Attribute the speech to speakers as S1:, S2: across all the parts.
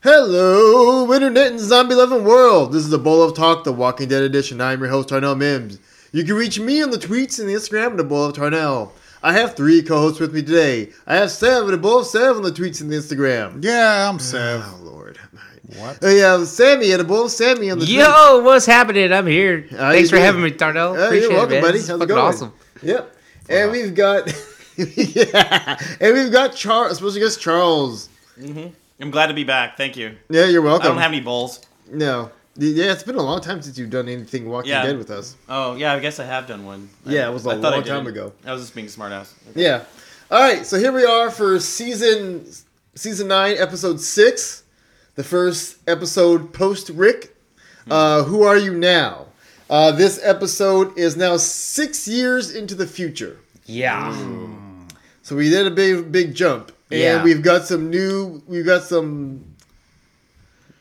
S1: Hello, internet and zombie loving world. This is the Bowl of Talk, the Walking Dead edition. I'm your host Tarnell Mims. You can reach me on the tweets and the Instagram at the Bowl of Tarnell. I have three co-hosts with me today. I have Sev at the Bowl of Sev on the tweets and the Instagram.
S2: Yeah, I'm Sev.
S1: Oh Lord.
S2: What?
S1: I have Sammy at the Bowl of Sammy on the tweets.
S3: Yo, what's happening? I'm here.
S1: How you
S3: Thanks for
S1: doing?
S3: having me, Darnell.
S1: Hey,
S3: Appreciate
S1: you're welcome,
S3: it, man.
S1: buddy.
S3: This is
S1: How's it
S3: fucking
S1: going?
S3: awesome.
S1: Yep. And we've got yeah. And we've got Charles supposed to guess Charles.
S4: I'm glad to be back. Thank you.
S1: Yeah, you're
S4: I
S1: welcome.
S4: don't have any bowls.
S1: no. Yeah, it's been a long time since you've done anything Walking
S4: Yeah.
S1: Dead with us.
S4: Oh yeah, I guess I have done one. I-
S1: Yeah, it was a
S4: I thought I
S1: long time
S4: did.
S1: ago.
S4: I was just being a smartass.
S1: Yeah. All right. So here we are for season season nine, episode six, the first episode post Rick. Uh, Who are you now? Uh, this episode is now six years into the future,
S3: Yeah.
S1: Mm. so we did a big big jump, and
S3: Yeah.
S1: we've got some new we've got some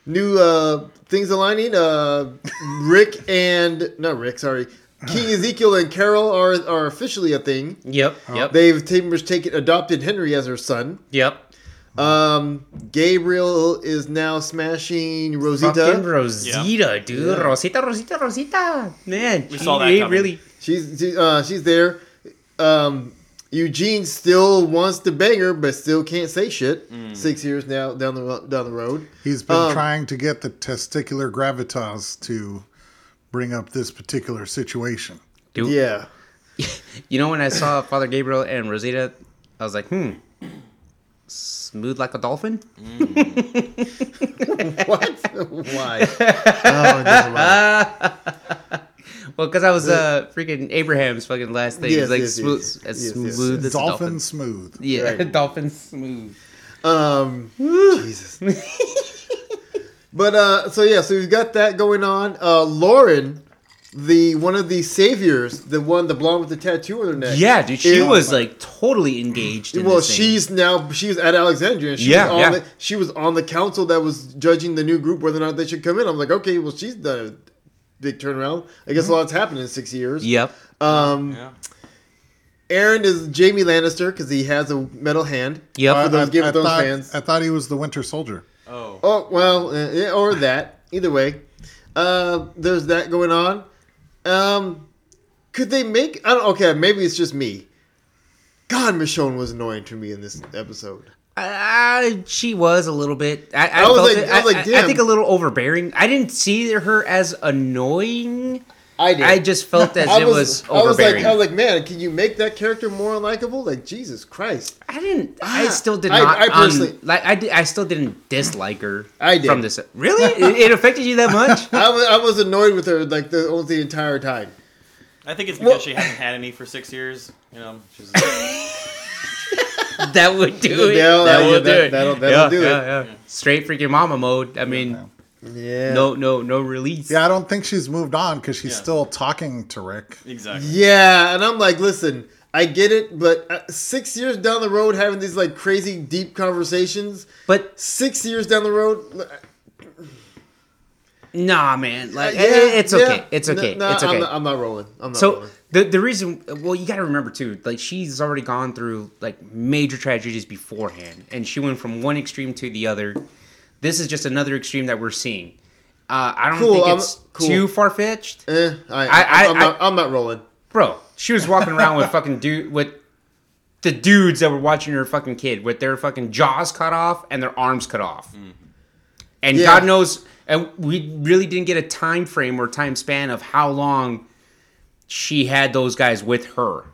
S1: new uh, things aligning. Uh, Rick and not Rick, sorry, King Ezekiel and Carol are are officially a thing.
S3: Yep. Yep.
S1: They've Tamer's taken adopted Henry as her son.
S3: yep.
S1: Um, Gabriel is now smashing
S3: Fucking
S1: Rosita.
S3: Rosita, dude. Rosita, Rosita, Rosita. Man,
S4: We
S3: she-
S4: saw that
S3: they
S4: coming.
S3: really.
S1: She's she, uh, she's there. Um, Eugene still wants to bang her, but still can't say shit.
S3: Mm.
S1: Six years now down the ro- down the road.
S2: He's been
S1: Um,
S2: trying to get the testicular gravitas to bring up this particular situation.
S3: Dude.
S1: Yeah,
S3: You know, when I saw Father Gabriel and Rosita, I was like, hmm. Smooth like a dolphin?
S1: what? Why? Oh, never mind.
S3: Well, because I was uh, freaking Abraham's fucking last thing. It
S1: Yes,
S3: was like
S1: yes,
S3: smooth,
S1: yes.
S3: as
S1: Yes, yes,
S3: smooth as a
S2: dolphin,
S3: dolphin.
S2: smooth.
S3: Yeah,
S1: Right.
S3: dolphin smooth.
S1: Um, Jesus. but uh, so yeah, so we've got that going on. Uh, Lauren, the one of the saviors, the one, the blonde with the tattoo on her neck.
S3: Yeah, dude, she
S1: It-
S3: was like totally engaged. In
S1: Well,
S3: this thing.
S1: she's now she's at Alexandria. and She
S3: Yeah,
S1: was on
S3: yeah.
S1: The, she was on the council that was judging the new group whether or not they should come in. I'm like, okay, well, she's done a big turnaround. I
S3: Mm-hmm.
S1: guess a lot's happened in six years.
S3: Yep. Mm.
S1: Um,
S4: Yeah.
S1: Aaron is Jamie Lannister because he has a metal hand.
S3: Yep.
S1: For those Game of Thrones
S2: thought,
S1: fans.
S2: I thought he was the Winter Soldier.
S4: Oh.
S1: Oh well, eh, eh, or that. Either way, uh, there's that going on. Um, could they make? I don't. Okay, maybe it's just me. God, Michonne was annoying to me in this episode.
S3: Uh, she was a little bit. I, I,
S1: I was
S3: felt
S1: like-
S3: it.
S1: I
S3: I,
S1: was like,
S3: I- I
S1: damn.
S3: think a little overbearing. I didn't see her as annoying.
S1: I did.
S3: I just felt as it
S1: I
S3: was
S1: was like,
S3: overbearing.
S1: I was like, man, can you make that character more unlikable? Like Jesus Christ,
S3: I didn't. I
S1: Ah,
S3: still did
S1: I-
S3: not.
S1: I
S3: um,
S1: personally-
S3: like. I did, I still didn't dislike her.
S1: I did.
S3: from this. Really, it, it affected you that much?
S1: I was, I was annoyed with her like the almost the entire time.
S4: I think it's because
S3: Well-
S4: she hasn't had any for six years. You know, she's
S3: that would do it.
S1: Yeah,
S3: that
S1: yeah,
S3: would
S1: that-
S3: do it.
S1: that'll- that'll
S3: Yeah,
S1: do
S3: yeah,
S1: it.
S3: yeah. Straight freaking mama mode. I mean,
S1: Yeah.
S3: no, no, no release.
S2: Yeah, I don't think she's moved on because she's
S4: Yeah.
S2: still talking to Rick.
S4: exactly.
S1: Yeah, and I'm like, listen, I get it, but uh, six years down the road, having these like crazy deep conversations.
S3: But
S1: Six years down the road, uh,
S3: Nah, man. Like
S1: yeah,
S3: it- it's
S1: Uh, yeah.
S3: okay. It's okay.
S1: No, no,
S3: it's okay.
S1: I'm not, I'm not rolling. I'm not
S3: so
S1: rolling.
S3: the the reason, well, you got to remember too. Like she's already gone through like major tragedies beforehand, and she went from one extreme to the other. This is just another extreme that we're seeing. Uh, I don't
S1: Cool,
S3: think
S1: I'm-
S3: it's
S1: cool.
S3: too far fetched,
S1: Eh, I,
S3: I-
S1: I,
S3: I-
S1: am not, I'm not rolling.
S3: bro. She was walking around with fucking dude with the dudes that were watching her fucking kid with their fucking jaws cut off and their arms cut off. And
S1: Mm-hmm. Yeah.
S3: God knows, and we really didn't get a time frame or time span of how long she had those guys with her.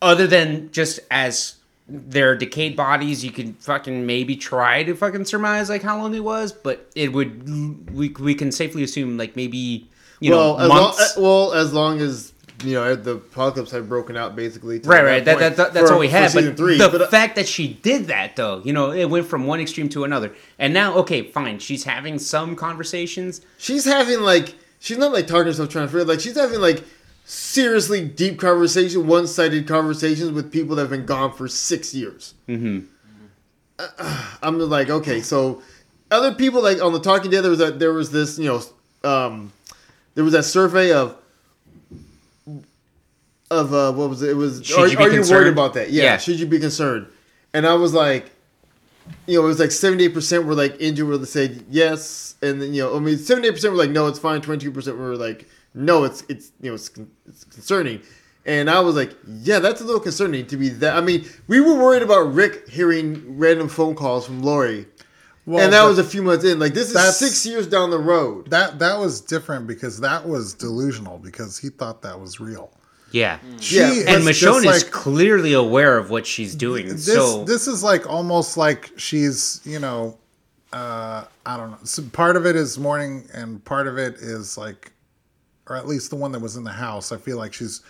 S3: Other than just as their decayed bodies, you could fucking maybe try to fucking surmise like how long it was, but it would we we can safely assume like maybe you
S1: Well,
S3: know
S1: as long,
S3: months.
S1: uh, well, as long as you know the apocalypse had broken out, basically. to
S3: Right, right. That,
S1: point
S3: that, that- that's
S1: for-
S3: all we
S1: for
S3: had.
S1: season
S3: But
S1: three,
S3: the
S1: but, uh,
S3: fact that she did that, though, you know, it went from one extreme to another. And now, okay, fine. She's having some conversations.
S1: she's having like she's not like talking to herself trying to figure like she's having like seriously deep conversation one-sided conversations with people that have been gone for six years mm-hmm. i'm like okay so other people like on the talking dead there was that there was this you know um there was that survey of of uh what was it, it was
S3: Should
S1: are
S3: you be
S1: are you worried
S3: concerned?
S1: about that yeah,
S3: Yeah.
S1: should you be concerned and i was like you know, it was like 78% were like into where they said yes. And then, you know, I mean, 78% were like, no, it's fine. 22% were like, no, it's, it's, you know, it's, con- it's concerning. And I was like, yeah, that's a little concerning to be that. I mean, we were worried about Rick hearing random phone calls from Lori.
S2: Well,
S1: and that
S2: but
S1: was a few months in. Like, this is
S2: That's-
S1: six years down the road.
S2: that that was different because that was delusional because he thought that was real.
S3: Yeah.
S2: She
S1: Yeah,
S2: is
S1: It's
S3: And
S2: just
S3: Michonne is
S2: like-
S3: clearly aware of what she's doing.
S2: this
S3: so
S2: this is like almost like she's you know uh i don't know so part of it is mourning and part of it is like or at least the one that was in the house i feel like she's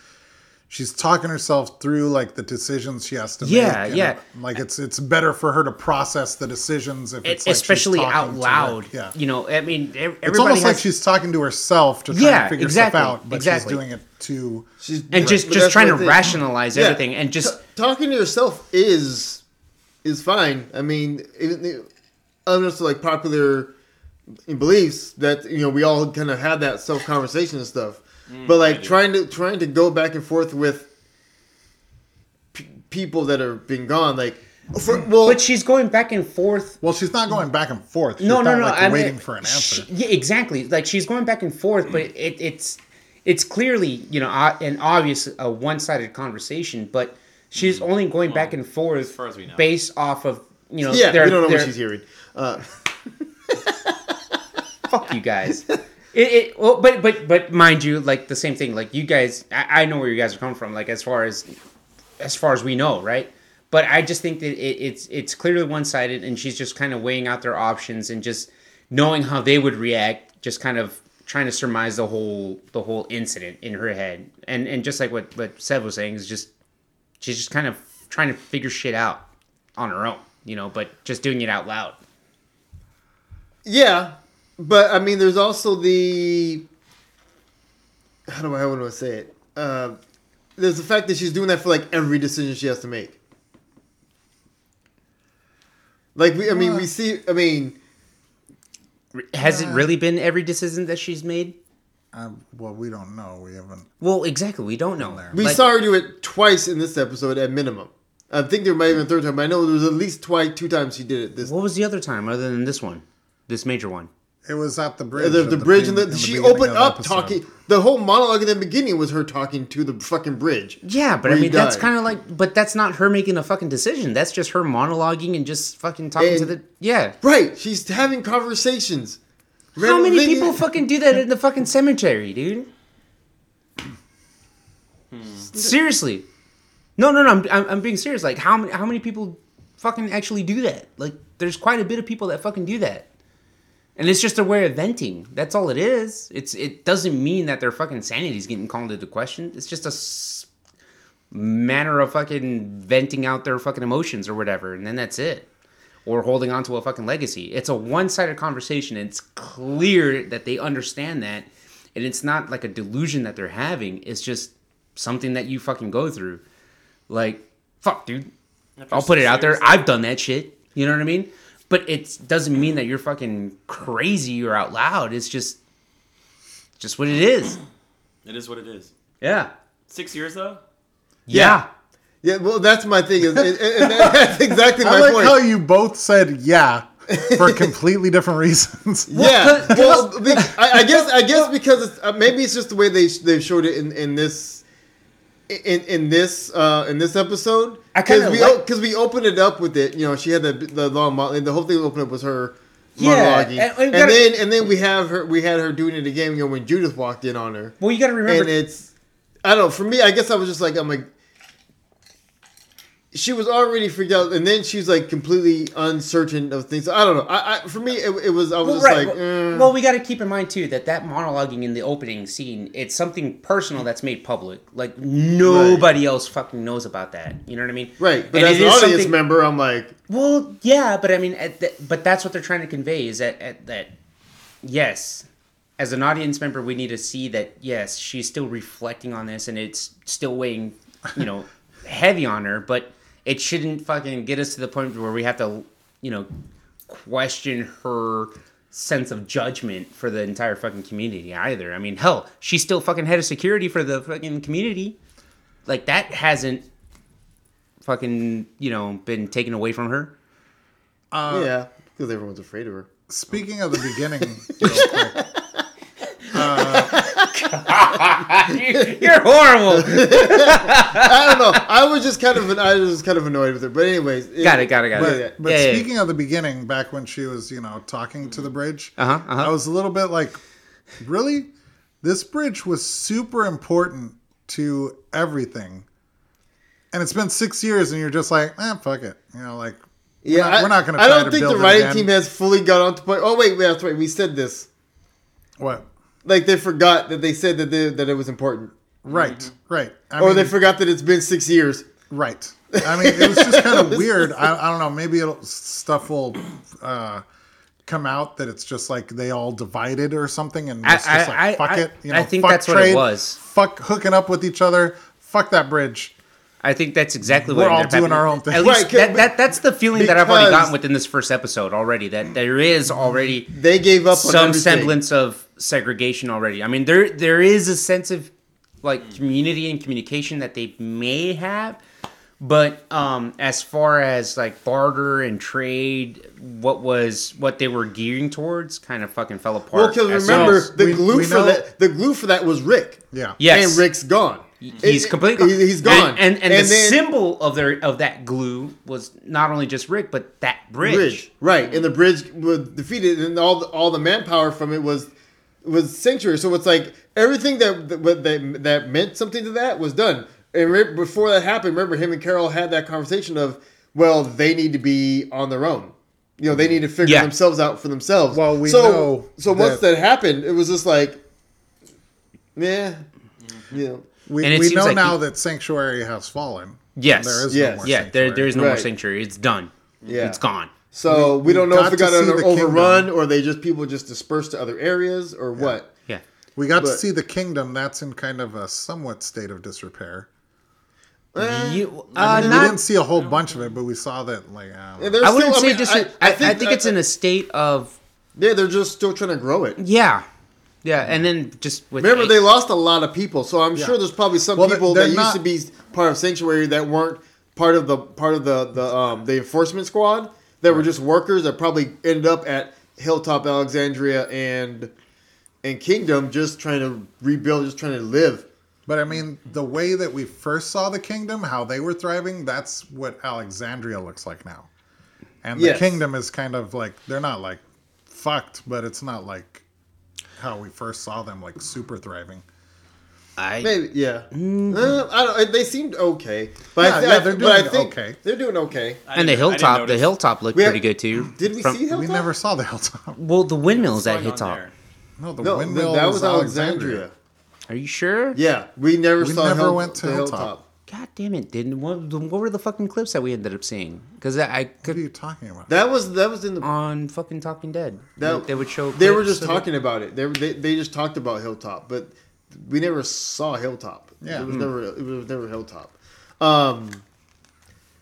S2: she's talking herself through like the decisions she has to
S3: Yeah,
S2: make and,
S3: yeah.
S2: like it's it's better for her to process the decisions if it's
S3: it,
S2: like she's
S3: e, especially
S2: talking
S3: out
S2: to, like-
S3: loud.
S2: yeah
S3: You know, I mean, e- everybody
S2: it's almost
S3: has,
S2: like she's talking to herself to try to
S3: Yeah,
S2: figure
S3: exactly,
S2: stuff out but
S3: exactly.
S2: she's doing it to
S1: She's,
S3: and just
S1: but
S3: just
S1: that's
S3: trying
S1: my
S3: to
S1: thing.
S3: rationalize
S1: Yeah.
S3: everything and just
S1: T- talking to yourself is is fine. I mean, even unless like popular beliefs that you know we all kind of had that self conversation and stuff.
S3: Mm,
S1: but
S4: I
S1: like
S4: do.
S1: trying to trying to go back and forth with p- people that have been gone, like for, well,
S3: but she's going back and forth
S2: well she's not going back and forth she's
S3: no no
S2: not,
S3: no
S2: like,
S3: I mean,
S2: waiting for an
S3: she-
S2: answer
S3: yeah, exactly like she's going back and forth but it, it's it's clearly you know o- an obvious a one-sided conversation but she's only going back and forth
S4: far Hmm. as we know.
S3: based off of you know
S1: yeah,
S3: their-
S1: we don't know what
S3: their-
S1: she's hearing. Uh,
S3: fuck you guys. It, it well, but but but mind you, like the same thing. Like you guys, I, I know where you guys are coming from. Like as far as as far as we know, right? But I just think that it, it's it's clearly one sided, and she's just kind of weighing out their options and just knowing how they would react. Just kind of trying to surmise the whole the whole incident in her head, and and just like what what Seb was saying is just she's just kind of trying to figure shit out on her own, you know, but just doing it out loud.
S1: Yeah, but I mean, there's also the how do I how do I say it? Uh, there's the fact that she's doing that for like every decision she has to make. Like we, I mean, we see. I mean,
S3: Has it really been every decision that she's made?
S2: Um, well we don't know we haven't
S3: Well, exactly. We don't know.
S1: we
S3: Like,
S1: saw her do it twice in this episode at minimum. I think there might have been a third time, but I know there was at least twice, two times she did it. This
S3: What was the other time other than this one? This major one.
S2: It was at the bridge.
S1: the,
S2: at
S1: the bridge, and
S2: be-
S1: the,
S2: in the
S1: she
S2: beginning
S1: opened
S2: of
S1: up
S2: episode.
S1: talking. The whole monologue at the beginning was her talking to the fucking bridge.
S3: Yeah, but I
S1: Where he
S3: mean that's
S1: died.
S3: kind of like, but that's not her making a fucking decision. That's just her monologuing and just fucking talking to
S1: And-
S3: the. Yeah.
S1: Right, she's having conversations.
S3: How
S1: Random
S3: many
S1: thing-
S3: people fucking do that in the fucking cemetery, dude? Seriously. No, no, no. I'm, I'm, I'm being serious. Like, how many, how many people fucking actually do that? Like, there's quite a bit of people that fucking do that. And it's just a way of venting. That's all it is. It's it doesn't mean that their fucking sanity is getting called into question. It's just a s- manner of fucking venting out their fucking emotions or whatever, and then that's it. Or holding on to a fucking legacy. It's a one-sided conversation, and it's clear that they understand that, and it's not like a delusion that they're having. It's just something that you fucking go through. Like, fuck, dude. I'll put it out there. I've done that shit. You know what I mean? But it doesn't mean that you're fucking crazy or out loud. It's just, just what it is.
S4: It is what it is.
S3: Yeah.
S4: Six years though.
S3: Yeah.
S1: Yeah, well, that's my thing. Is, and, and that's exactly my
S2: I like
S1: point.
S2: how you both said yeah for completely different reasons.
S1: yeah,
S3: Well,
S1: well, be- I, I guess I guess because it's, uh, maybe it's just the way they they showed it in, in this in in this uh, in this episode.
S3: I kinda
S1: we
S3: like-
S1: because we opened it up with it. You know, she had the the long mo- the whole thing opened up was her.
S3: Yeah,
S1: monologuing.
S3: and-
S1: and,
S3: and gotta-
S1: then and then we have her we had her doing it again. You know, when Judith walked in on her.
S3: Well, you got to remember.
S1: and it's I don't know. For me, I guess I was just like I'm like she was already freaked out, and then she's like completely uncertain of things. I don't know. I, I for me it, it was I was
S3: well,
S1: just
S3: right.
S1: like
S3: well,
S1: eh.
S3: well, we got to keep in mind too that that monologuing in the opening scene, it's something personal that's made public. Like nobody else fucking knows about that. You know what I mean?
S1: right. But
S3: And
S1: as
S3: it
S1: an
S3: is
S1: audience
S3: something-
S1: member, I'm like
S3: Well, yeah, but I mean, at the, but that's what they're trying to convey is that at, that yes, as an audience member, we need to see that yes, she's still reflecting on this, and it's still weighing, you know, heavy on her. But it shouldn't fucking get us to the point where we have to, you know, question her sense of judgment for the entire fucking community either. I mean, hell, she's still fucking head of security for the fucking community. Like that hasn't fucking, you know, been taken away from her.
S1: yeah, uh, because everyone's afraid of her.
S2: Speaking of the beginning, real quick,
S3: You're horrible.
S1: I don't know. I was just kind of an, I was just kind of annoyed with her. But anyways,
S3: Got it, got it, got it.
S1: yeah.
S2: but
S3: Yeah, yeah, yeah.
S2: speaking of the beginning, back when she was, you know, talking to the bridge,
S3: Uh-huh, uh-huh.
S2: I was a little bit like, really? This bridge was super important to everything. And it's been six years, and you're just like, eh, fuck it. You know, like,
S1: Yeah,
S2: not- we're not gonna
S1: I
S2: try
S1: don't
S2: to
S1: think
S2: build
S1: the
S2: it
S1: writing
S2: again.
S1: team has fully got on to point. Oh wait, wait, that's right. We said this.
S2: what?
S1: Like they forgot that they said that they, that it was important,
S2: Right, right. I
S1: Mm-hmm. or
S2: mean,
S1: they
S3: Mm-hmm.
S1: forgot that it's been six years.
S2: Right. I mean, it was just kind of weird. I, I don't know. Maybe it'll, stuff will uh, come out that it's just like they all divided or something, and
S3: I-
S2: it's just
S3: I-
S2: like fuck
S3: I-
S2: it. You know,
S3: I think
S2: fuck
S3: that's what it was.
S2: Fuck hooking up with each other. Fuck that bridge.
S3: I think that's exactly what
S2: We're all
S3: ended up
S2: doing
S3: happening.
S2: our own thing.
S3: At least
S1: Right, 'cause-
S3: that, that, that's the feeling that I've already
S1: because-
S3: gotten within this first episode already. That there is already
S1: They gave up on
S3: some
S1: everything.
S3: semblance of segregation already. I mean, there there is a sense of like community and communication that they may have, but um, as far as like barter and trade, what was what they were gearing towards kind of fucking fell apart.
S1: Well, because
S3: as
S1: remember
S3: soon as-
S1: the
S2: we-
S1: glue
S2: we
S1: for
S2: know-
S1: that the glue for that was Rick.
S2: Yeah.
S3: Yes.
S1: and Rick's gone.
S3: he's
S1: It-
S3: completely
S1: he- He's gone.
S3: And and, and, the
S1: then-
S3: symbol of their of that glue was not only just Rick, but that bridge.
S1: bridge, right? And the bridge was defeated, and all the, all the manpower from it was was sanctuary. So it's like everything that that that, that meant something to that was done. And re- before that happened, remember him and Carol had that conversation of, well, they need to be on their own. You know, they need to figure
S3: Yeah.
S1: themselves out for themselves.
S2: Well, we
S1: so,
S2: know
S1: So
S2: that-
S1: once that happened, it was just like, yeah, you know,
S2: We,
S3: And it
S2: we
S3: seems
S2: know
S3: like
S2: now
S3: he-
S2: that sanctuary has fallen.
S3: Yes.
S2: There is
S1: Yes.
S2: no more
S3: yeah, there,
S2: sanctuary.
S3: there is no more
S1: Right.
S3: sanctuary. It's done.
S1: yeah,
S3: It's gone.
S1: So we, don't know
S2: got
S1: if it
S2: to
S1: got
S2: see
S1: under-
S2: the
S1: overrun or they just people just dispersed to other areas or what.
S3: Yeah.
S2: We got to
S1: but-
S2: see the kingdom. That's in kind of a somewhat state of disrepair.
S3: You,
S2: I
S3: uh,
S2: mean, we
S3: not,
S2: didn't see a whole bunch of it, but we saw that like I don't know.
S1: And they're
S3: I wouldn't
S1: still- mean,
S3: say just. I, I, think, it's in a state of
S1: Yeah, they're just still trying to grow it.
S3: yeah, yeah, and then just with
S1: Remember,
S3: I-
S1: they lost a lot of people, so I'm sure there's probably some
S2: Well, they-
S1: people
S2: they're
S1: that
S2: not-
S1: used to be part of Sanctuary that weren't part of the part of the the um, the enforcement squad that were just workers that probably ended up at Hilltop Alexandria and and Kingdom just trying to rebuild, just trying to live.
S2: But I mean, the way that we first saw the kingdom, how they were thriving, that's what Alexandria looks like now. And the
S1: Yes.
S2: kingdom is kind of like they're not like fucked, but it's not like how we first saw them like super thriving.
S3: I-
S1: Maybe, yeah. Uh, I don't, they seemed okay, but I,
S2: Mm-hmm. Yeah,
S1: thi-
S2: yeah,
S1: I-
S2: they're
S1: but I
S2: doing
S1: think
S2: okay.
S1: They're doing okay.
S4: I
S3: and the
S4: didn't- I didn't
S3: hilltop, the
S4: notice.
S3: hilltop looked
S1: We had-
S3: pretty good too.
S1: Did we
S3: From-
S1: see Hilltop?
S2: We never saw the hilltop.
S3: Well, the windmills
S4: what's
S3: at
S4: going on
S3: hilltop.
S4: there.
S2: No, the
S1: No,
S2: windmill
S1: that
S2: was,
S1: was
S2: Alexandria.
S1: Alexandria.
S3: Are you sure?
S1: Yeah, we never
S2: We
S1: saw.
S2: never
S1: Hill-
S2: went to
S1: the
S2: Hilltop.
S3: God damn it! Didn't what, what were the fucking clips that we ended up seeing? Because I, I
S2: What are
S3: could
S2: you talking about?
S1: That was that was in the.
S3: on fucking Talking Dead.
S1: That-
S3: Um, they would show.
S1: They were
S3: clips
S1: just
S3: of it.
S1: talking about it. They, were- they they just talked about Hilltop, but we never saw Hilltop.
S2: Yeah.
S1: it
S3: Hmm.
S1: was never it was never Hilltop. Um,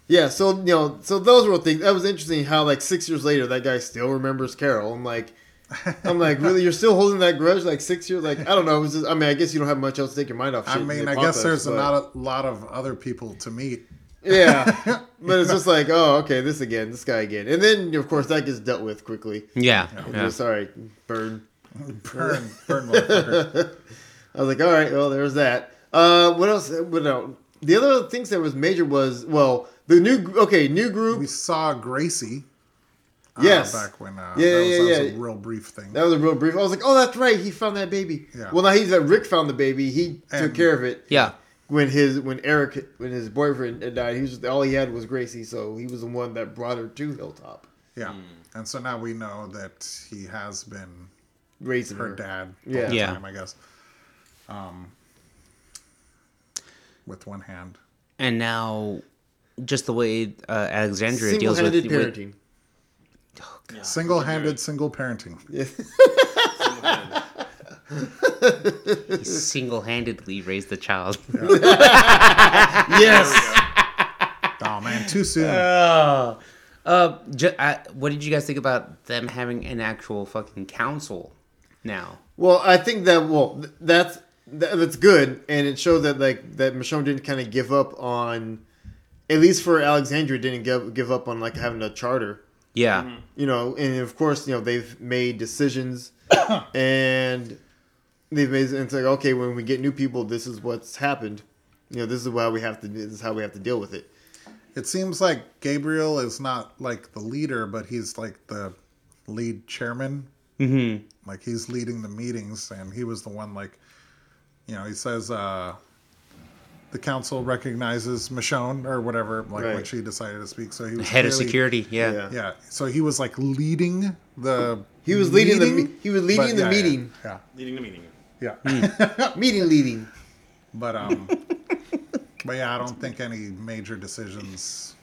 S1: yeah, so you know, so those were things. That was interesting. How like six years later, that guy still remembers Carol. I'm like, I'm like, really, you're still holding that grudge? Like six years? Like I don't know. It was just, I mean, I guess you don't have much else to take your mind off.
S2: I
S1: shit in
S2: mean,
S1: the
S2: I guess
S1: apocalypse,
S2: there's
S1: but-
S2: not a lot of other people to meet.
S1: yeah, but it's just like, oh, okay, this again, this guy again, and then of course that gets dealt with quickly.
S3: Yeah, yeah.
S1: Just, all right, burn.
S2: Burn, burn, motherfucker.
S1: I was like, all right, well, there's that. Uh, what else? What else? The other things that was major was well, the new okay, new group.
S2: we saw Gracie. uh,
S1: yes,
S2: back when uh,
S1: Yeah,
S2: that, was,
S1: yeah,
S2: that was
S1: yeah.
S2: a real brief thing.
S1: that was a real brief. I was like, oh, that's right, he found that baby.
S2: Yeah.
S1: Well, now he's that Rick found the baby. He
S2: And-
S1: took care of it.
S3: Yeah.
S1: When his when Eric when his boyfriend had died, he was all he had was Gracie, so he was the one that brought her to Hilltop,
S2: Yeah. And so now we know that he has been
S1: raising her.
S2: her dad the
S1: Yeah.
S2: whole
S3: Yeah.
S2: time, I guess. Um, with one hand.
S3: and now just the way uh, Alexandria deals with,
S1: Single-handed
S3: with
S1: parenting.
S2: Single handed, single parenting.
S3: single-handedly raised the child.
S1: yes.
S2: Oh, man, too soon.
S3: uh, uh, ju- I, what did you guys think about them having an actual fucking council now?
S1: Well, I think that well, th- that's that, that's good, and it showed that like that Michonne didn't kind of give up on, at least for Alexandria, didn't give give up on like having a charter
S3: Yeah.
S1: you know, and of course, you know, they've made decisions and they've made and it's like, okay, when we get new people, this is what's happened. You know, this is why we have to this is how we have to deal with it.
S2: It seems like Gabriel is not like the leader, but he's like the lead chairman. Mm-hmm. Like he's leading the meetings, and he was the one like, you know, he says uh, the council recognizes Michonne or whatever, like when
S1: Right.
S2: she decided to speak. So he was
S3: Head of
S2: clearly-
S3: security. Yeah.
S1: Yeah.
S2: Yeah, so he was like leading the.
S1: He was leading the
S2: meeting,
S1: me- he was leading
S2: but-
S1: the
S2: yeah, yeah,
S1: meeting.
S2: Yeah,
S4: Leading the meeting.
S2: yeah.
S1: Meeting leading.
S2: but um, but yeah, I don't think any major decisions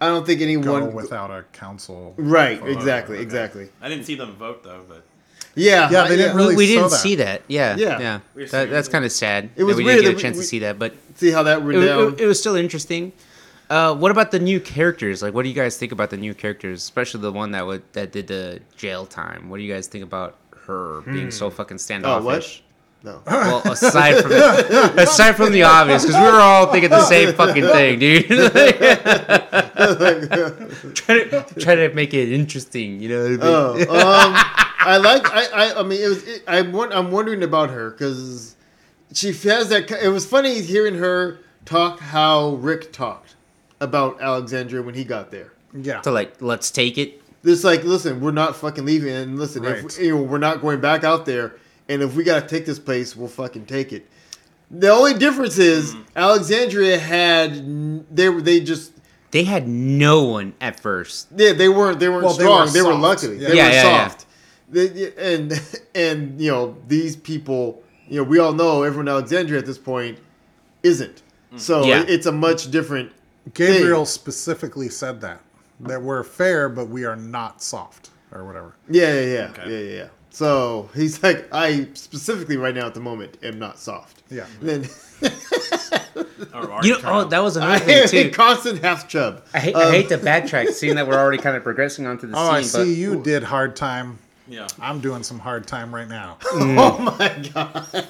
S1: I don't think
S2: go
S1: anyone
S2: without a council.
S1: Right,
S2: vote.
S1: exactly, exactly.
S4: I didn't see them vote though, but
S1: Yeah.
S2: Yeah, they didn't
S1: yeah.
S2: really-
S3: we, we
S2: saw
S3: didn't
S2: that.
S3: see that. Yeah.
S1: Yeah.
S3: Yeah.
S4: We're
S3: That, that's
S4: seeing-
S3: kind of sad.
S1: It was
S3: that we
S1: weird
S3: didn't
S1: that
S3: get a
S1: we-
S3: chance
S1: we-
S3: to see that, but
S1: see how that went
S3: it,
S1: down.
S3: it- it was still interesting. Uh, what about the new characters? Like, what do you guys think about the new characters, especially the one that would that did the jail time? What do you guys think about her being so fucking standoffish?
S1: no.
S3: Well, aside from the, aside from the obvious, because we were all thinking the same fucking thing, dude. try to try to make it interesting, you know. What I mean?
S1: Oh, um, I like. I, I. I mean, it was. It, I'm. won- I'm wondering about her because she has that. ki- It was funny hearing her talk how Rick talked about Alexandria when he got there.
S2: Yeah,
S3: So like, let's take it.
S1: It's like, listen, we're not fucking leaving, and listen,
S2: Right.
S1: if, you know, we're not going back out there, and if we gotta take this place, we'll fucking take it. The only difference is Alexandria had. n- They were. They just.
S3: They had no one at first.
S1: Yeah, they weren't. They weren't
S2: Well, they
S1: strong.
S2: were
S1: They were,
S2: soft.
S1: lucky.
S2: Yeah.
S1: They
S3: Yeah,
S1: were
S3: yeah, yeah.
S1: soft. They- and and you know these people. You know we all know everyone in Alexandria at this point isn't.
S2: Mm.
S1: So
S3: Yeah.
S1: it- it's a much different.
S2: Gabriel specifically said that that we're fair, but we are not soft or whatever.
S1: Yeah, yeah, yeah,
S4: Okay.
S1: yeah, yeah, yeah. So he's like, I specifically right now at the moment am not soft.
S2: Yeah.
S1: And then
S4: or our
S3: You know,
S4: internal.
S3: oh, that was
S1: I
S3: another thing
S1: am
S3: too.
S1: a constant half chub.
S3: I hate, I hate to backtrack, seeing that we're already kind of progressing onto the
S2: Um, Oh, I
S3: scene.
S2: see you did hard time.
S4: yeah.
S2: I'm doing some hard time right now.
S3: Mm.
S1: Oh my god,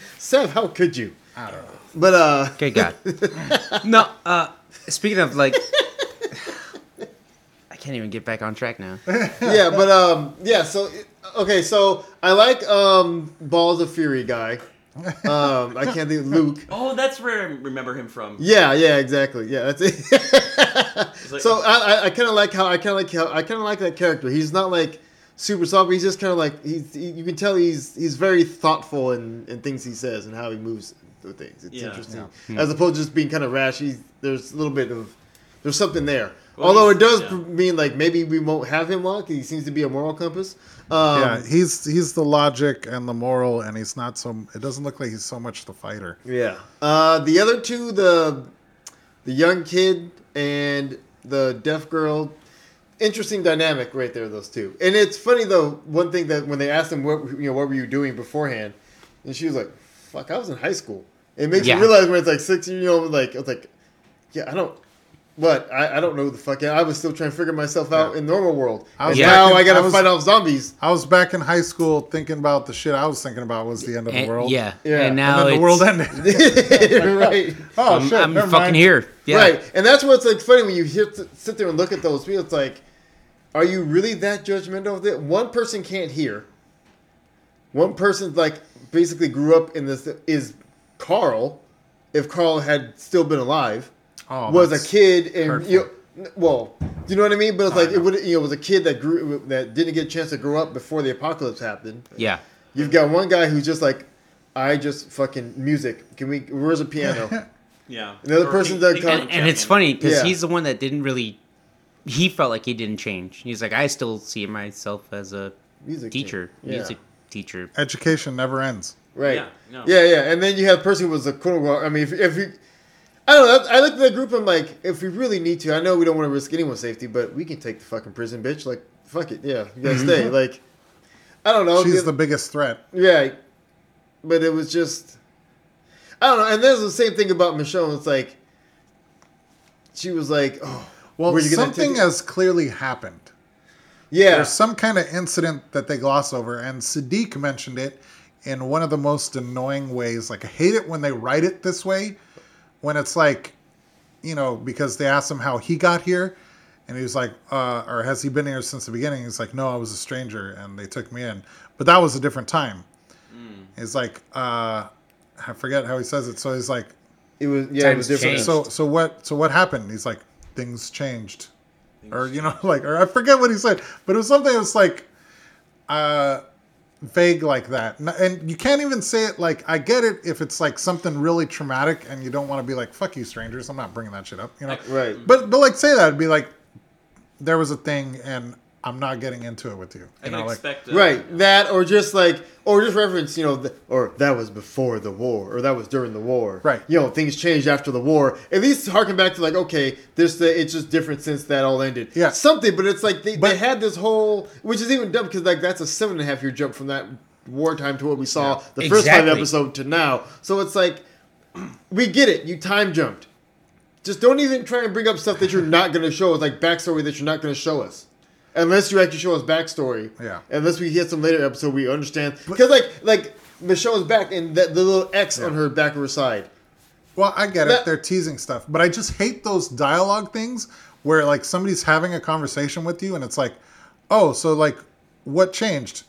S1: Sev, how could you?
S2: I don't know.
S1: But uh,
S3: But, okay, God. no, uh, speaking of like, I can't even get back on track now.
S1: yeah, but um, yeah. So okay, so I like um Balls of Fury guy. Um, I can't think of Luke.
S4: Oh, that's where I remember him from.
S1: Yeah, yeah, exactly. Yeah, that's it.
S4: It's like-
S1: so I, I, I kind of like how I kind of like how I kind of like that character. He's not like super soft. But he's just kind of like he's. He, you can tell he's he's very thoughtful in, in things he says and how he moves through things. It's
S4: Yeah. Hmm.
S1: interesting as opposed to just being kind of rash. He's, there's a little bit of there's something there.
S4: Well,
S1: Although it
S4: he's-
S1: does
S4: yeah.
S1: pr- mean like maybe we won't have him long. 'cause He seems to be a moral compass. Um,
S2: yeah, he's he's the logic and the moral, and he's not so. It doesn't look like he's so much the fighter.
S1: Yeah. Uh, the other two, the the young kid and the deaf girl, interesting dynamic right there. Those two, and it's funny though. One thing that when they asked him what you know what were you doing beforehand, and she was like, "Fuck, I was in high school." It makes
S3: Yeah.
S1: you realize when it's like six year old, like it's like, yeah, I don't. What I, I don't know who the fuck I was still trying to figure myself out in normal world.
S2: I was
S1: and
S3: back
S1: now
S2: in-
S1: I gotta
S2: I was-
S1: fight off zombies.
S2: I was back in high school thinking about the shit I was thinking about was the end of the
S3: And-
S2: world.
S3: yeah.
S1: Yeah.
S3: and
S1: And
S2: and
S3: now
S2: then the
S3: it's-
S2: world ended.
S1: right.
S2: oh
S3: I'm,
S2: shit!
S3: I'm
S2: never
S3: fucking
S2: mind.
S3: here. Yeah.
S1: Right, and that's what's like funny when you hear, sit there and look at those people. It's like, are you really that judgmental of it? One person can't hear. One person like basically grew up in this is Carl, if Carl had still been alive,
S2: Oh,
S1: was a
S2: that's-
S1: kid and
S2: hurtful.
S1: you. know, Well, you know what I mean, but it's like
S2: know.
S1: it would you know it was a kid that grew that didn't get a chance to grow up before the apocalypse happened.
S3: Yeah.
S1: You've got one guy who's just like, I just fucking music. Can we? Where's a piano?
S4: Yeah.
S1: Another
S4: Or
S1: person
S4: he-
S1: that
S4: he
S1: come-
S4: kinda
S3: And,
S4: checked
S3: it's
S4: in.
S3: funny because
S1: Yeah.
S3: he's the one that didn't really. He felt like he didn't change. He's like, I still see myself as a
S1: Music
S3: teacher,
S1: Yeah.
S3: music teacher.
S2: Education never ends.
S1: Right.
S4: Yeah, no.
S1: yeah, yeah. And then you have the person who was a quote unquote. I mean, if, if you, I don't know. I looked at that group. I'm like, if we really need to, I know we don't want to risk anyone's safety, but we can take the fucking prison, bitch. Like, fuck it. Yeah, you gotta stay. Like, I don't know.
S2: Mm-hmm. She's the biggest threat.
S1: yeah, but it was just, I don't know. And there's the same thing about Michonne. It's like, she was like, oh,
S2: Well,
S1: were you gonna
S2: something
S1: take it?
S2: has clearly happened.
S1: yeah,
S2: There's some kind of incident that they gloss over, and Sadiq mentioned it in one of the most annoying ways. Like, I hate it when they write it this way, when it's like, you know, because they asked him how he got here, And he was like, uh, or has he been here since the beginning? He's like, no, I was a stranger and they took me in. But that was a different time. He's like, uh, I forget how he says it. So he's like,
S1: It was yeah, it
S3: Times
S1: was different.
S3: changed.
S1: So
S2: so so what so what happened? He's like, things changed, or you know, like or I forget what he said, but it was something that was like, uh, vague like that, N- and you can't even say it like I get it if it's like something really traumatic and you don't want to be like fuck you strangers, I'm not bringing that shit up, you know,
S1: right.
S2: But but like say that it'd be like, there was a thing and I'm not getting into it with you, you
S4: I can
S2: know, like
S4: expect. uh, a-
S1: Right, that or just like, or just reference, you know, th- or that was before the war, or that was during the war.
S2: Right.
S1: You know, things changed after the war. At least harken back to like, okay, there's the, it's just different since that all ended.
S2: Yeah.
S1: Something, but it's like they, they
S2: But-
S1: had this whole, which is even dumb because like that's a seven and a half year jump from that wartime to what we saw the first
S3: Exactly.
S1: five episode to now. So it's like, we get it, you time jumped. Just don't even try and bring up stuff that you're not going to show us, like backstory that you're not going to show us. Unless you actually show us backstory.
S2: Yeah.
S1: Unless we get some later episode, we understand. Because, like, like Michelle's back and the, the little X on her back of her side.
S2: Well, I get
S1: That-
S2: it. They're teasing stuff, but I just hate those dialogue things where like somebody's having a conversation with you and it's like, "Oh, so like what changed?"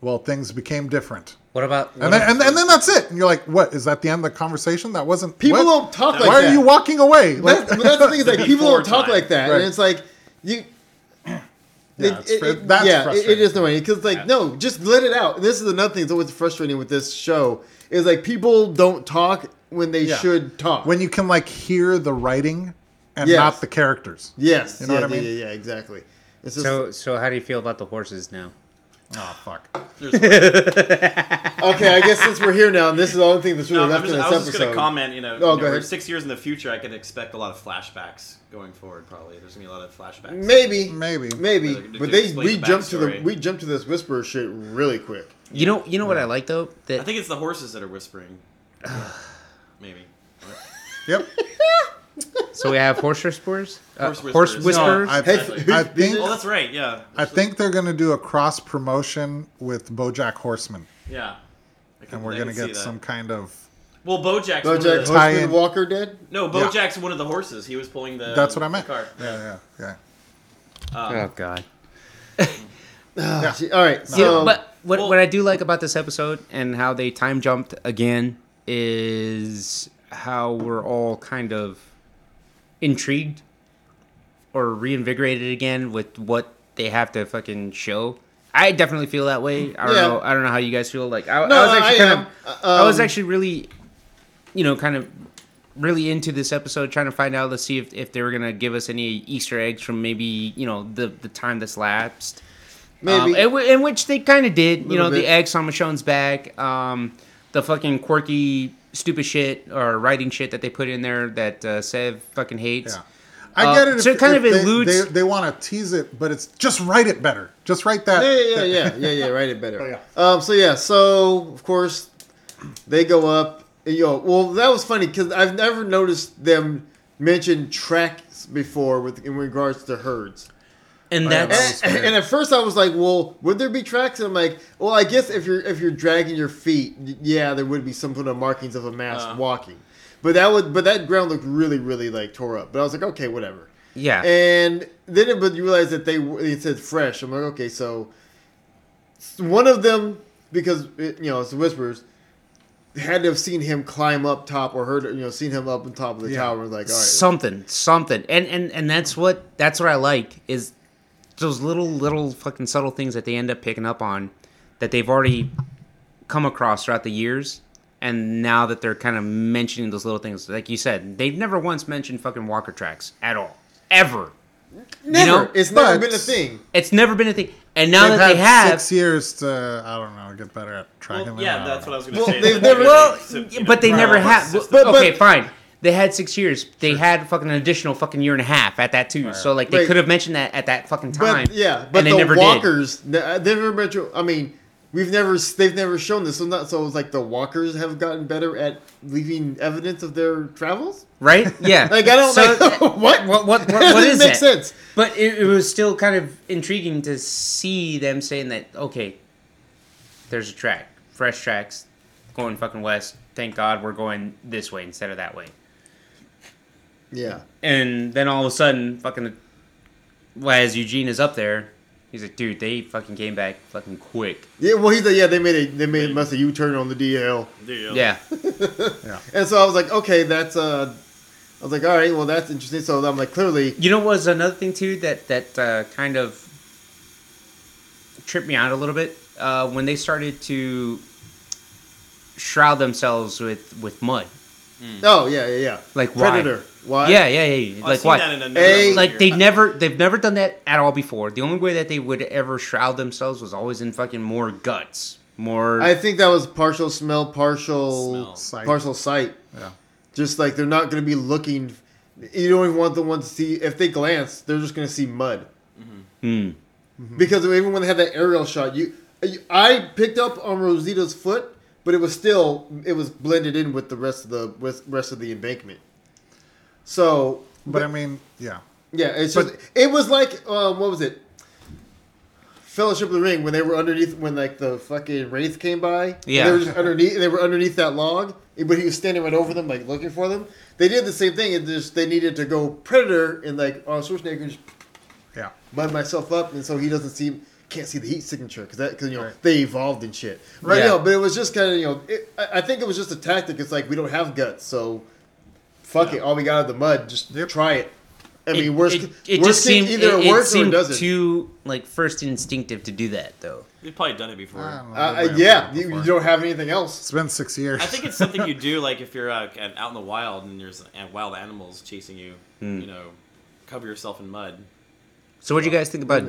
S2: Well, things became different.
S3: What about
S2: And then, and, and then that's it. And you're like, "What? Is that the end of the conversation? That wasn't
S1: People
S2: what?
S1: don't talk like
S2: Why
S1: that.
S2: are you walking away?" Like,
S1: That's, but that's the thing is, like, people
S4: Before
S1: don't talk
S4: time.
S1: like that.
S2: Right.
S1: And it's like, you.
S2: Yeah, it's fr- that's
S1: yeah, it- it
S2: frustrating.
S1: is the way because like no, just let it out. And this is another thing that's always frustrating with this show is like people don't talk when they
S2: Yeah.
S1: should talk.
S2: when you can like hear the writing and
S1: Yes.
S2: not the characters.
S1: yes,
S2: You know
S1: yeah,
S2: what I
S1: yeah,
S2: mean?
S1: yeah, yeah, exactly. It's just
S3: so so how do you feel about the horses now?
S2: Oh fuck.
S4: There's-
S1: Okay, I guess since we're here now, and this is the only thing that's really
S4: no, I'm
S1: left
S4: just,
S1: in
S4: Um, I
S1: this
S4: was just
S1: episode. Oh,
S4: gonna comment. You know, you
S1: go
S4: know, we're
S1: ahead.
S4: six years in the future, I could expect a lot of flashbacks going forward. Probably there's gonna be a lot of flashbacks.
S1: Maybe,
S2: Maybe.
S1: maybe,
S4: Like, to
S1: but they
S4: explain
S1: we
S4: the
S1: jumped to the
S4: backstory.
S1: we jumped to this whisperer shit really quick.
S3: You know you know what I like though that
S4: I think it's the horses that are whispering. Yeah, Maybe.
S2: Yep.
S3: so we have horse whisperers, uh,
S4: Horse
S3: horse
S4: whisperers.
S3: whisperers.
S2: I,
S1: Hey,
S2: I think
S4: Oh, that's right. Yeah.
S2: I think they're going to do a cross promotion with BoJack Horseman.
S4: Yeah. I can,
S2: and we're
S4: I
S2: gonna
S4: can see
S2: get
S4: that.
S2: some kind of.
S4: Well, Bojack's one
S1: Bojack
S4: of the,
S2: Horse- Tie
S1: Horseman
S2: in.
S1: Walker did.
S4: no,
S2: Yeah.
S4: Bojack's one of the horses. He was pulling the.
S2: That's what I
S4: the
S2: meant.
S4: Car.
S2: Yeah, yeah,
S4: Um,
S3: oh god.
S1: Ah,
S2: Yeah. um,
S1: gee, all right,
S3: Yeah,
S1: so
S3: but what,
S4: well-
S3: what I do like about this episode and how they time jumped again is how we're all kind of intrigued or reinvigorated again with what they have to fucking show. I definitely feel that way. I don't
S1: Yeah.
S3: know. I don't know how you guys feel. Like I,
S1: No,
S3: I was actually
S1: I am.
S3: kind of,
S1: Uh,
S3: I was
S1: um,
S3: actually really, you know, kind of really into this episode, trying to find out. Let's see if, if they were gonna give us any Easter eggs from maybe you know the the time that's lapsed. Um,
S1: maybe
S3: in, whi- in which they kind of did. You
S1: Little
S3: know,
S1: bit.
S3: the eggs on Michonne's back, um, the fucking quirky, stupid shit or writing shit that they put in there that uh, Sev fucking hates.
S2: yeah. I
S3: Uh,
S2: get it.
S3: so it kind of
S2: they,
S3: eludes-
S2: They, they want to tease it, but it's just write it better. Just write that.
S1: yeah, yeah, yeah, yeah, yeah, yeah. Write it better.
S2: Oh, yeah.
S1: Um, so yeah, so of course they go up. Yo, well, that was funny because I've never noticed them mention tracks before with in regards to herds.
S2: Oh,
S3: And that's
S1: and, and at first I was like, "Well, would there be tracks?" And I'm like, "Well, I guess if you're if you're dragging your feet, y- yeah, there would be some sort of markings of a mass
S4: Uh.
S1: walking." But that would but that ground looked really really like tore up. But I was like, "Okay, whatever."
S3: yeah.
S1: And then it, but you realize that they were- it said fresh. I'm like, "Okay, so one of them because it, you know it's the whispers." Had to have seen him climb up top, or heard you know seen him up on top of the
S2: Yeah.
S1: tower. Like, all right,
S3: something, something, and and and that's what that's what I like is those little little fucking subtle things that they end up picking up on that they've already come across throughout the years, and now that they're kind of mentioning those little things, like you said, they've never once mentioned fucking Walker tracks at all, ever.
S1: never.
S3: know,
S1: it's never
S2: but-
S1: been a thing.
S3: It's never been a thing, and now
S2: They've
S3: that they
S2: had
S3: have,
S2: six years to, I don't know, get better at tracking
S4: well,
S2: them.
S4: yeah, that's what I was gonna
S1: Well,
S4: say.
S1: they've
S4: Like,
S1: never-
S3: well,
S4: so, you know,
S3: but they
S4: right.
S3: never
S4: Right.
S3: had.
S4: System.
S1: But-
S3: okay, fine. They had six years. They had fucking an additional fucking year and a half at that too. So like they
S1: Right.
S3: could have mentioned that at that fucking time.
S1: But yeah, but
S3: and they
S1: the
S3: never did.
S1: walkers, they have never met you- I mean, we've never they've never shown this. So not so it's like the walkers have gotten better at leaving evidence of their travels.
S3: right? Yeah.
S1: Like, I don't know. What?
S3: What? What? What,
S1: That
S3: what
S1: doesn't
S3: is
S1: make
S3: that?
S1: sense.
S3: But it, it was still kind of intriguing to see them saying that. Okay, there's a track, fresh tracks, going fucking west. Thank God we're going this way instead of that way.
S1: Yeah,
S3: And then all of a sudden, fucking well, as Eugene is up there, he's like, dude, they fucking came back fucking quick.
S1: Yeah, well, he's like, yeah, they made a they made a mess of U turn on the DL,
S4: There you go.
S3: Yeah.
S1: and so I was like, okay, that's uh, I was like, all right, well, that's interesting. So I'm like, clearly,
S3: You know what was another thing too that that uh, kind of tripped me out a little bit uh, when they started to shroud themselves with with mud.
S1: oh yeah, yeah, yeah,
S3: Hmm. Like, why?
S1: Predator, why?
S3: yeah, yeah, yeah.
S4: I've
S3: Like
S4: seen
S3: why?
S4: that in another
S1: Hey.
S4: movie
S3: like
S4: here.
S3: they never they've never done that at all before. The only way that they would ever shroud themselves was always in fucking more guts, more
S1: I think that was partial smell, partial
S4: Smell.
S2: Sight.
S1: partial sight.
S2: Yeah.
S1: Just like they're not going to be looking. You don't even want the one to see. If they glance, they're just going to see mud.
S3: Hmm.
S1: Because even when they had that aerial shot, you, you, I picked up on Rosita's foot, but it was still it was blended in with the rest of the with rest of the embankment. So,
S2: But I mean, yeah.
S1: yeah, it's just it was like um, what was it? Fellowship of the Ring when they were underneath when like the fucking wraith came by. and
S3: Yeah.
S1: they were just underneath. They were underneath that log, but he was standing right over them, like looking for them. They did the same thing. It just they needed to go predator and like Arnold Schwarzenegger just
S2: Yeah.
S1: button myself up, and so he doesn't see can't see the heat signature because that because you know
S2: Right.
S1: they evolved and shit. Right.
S3: Yeah.
S1: now, but it was just kind of you know it, I, I think it was just a tactic. It's like we don't have guts, so fuck it. All we got is the mud. Just
S2: Yep.
S1: try it. I
S3: It-
S1: mean, worst
S3: it, it
S1: it worst
S3: just seemed
S1: either
S3: it,
S1: it,
S3: it
S1: works or it
S3: seemed
S1: doesn't.
S3: too like first instinctive to do that though.
S4: We've probably done it before.
S2: I
S4: I,
S2: don't know.
S1: Uh, uh,
S2: They've been
S1: yeah,
S2: there
S1: you, you
S2: before.
S1: don't have anything else.
S2: It's been six years.
S4: think it's something you do like if you're uh, at- out in the wild and there's uh, wild animals chasing you. You know, cover yourself in mud.
S3: So what do you guys think about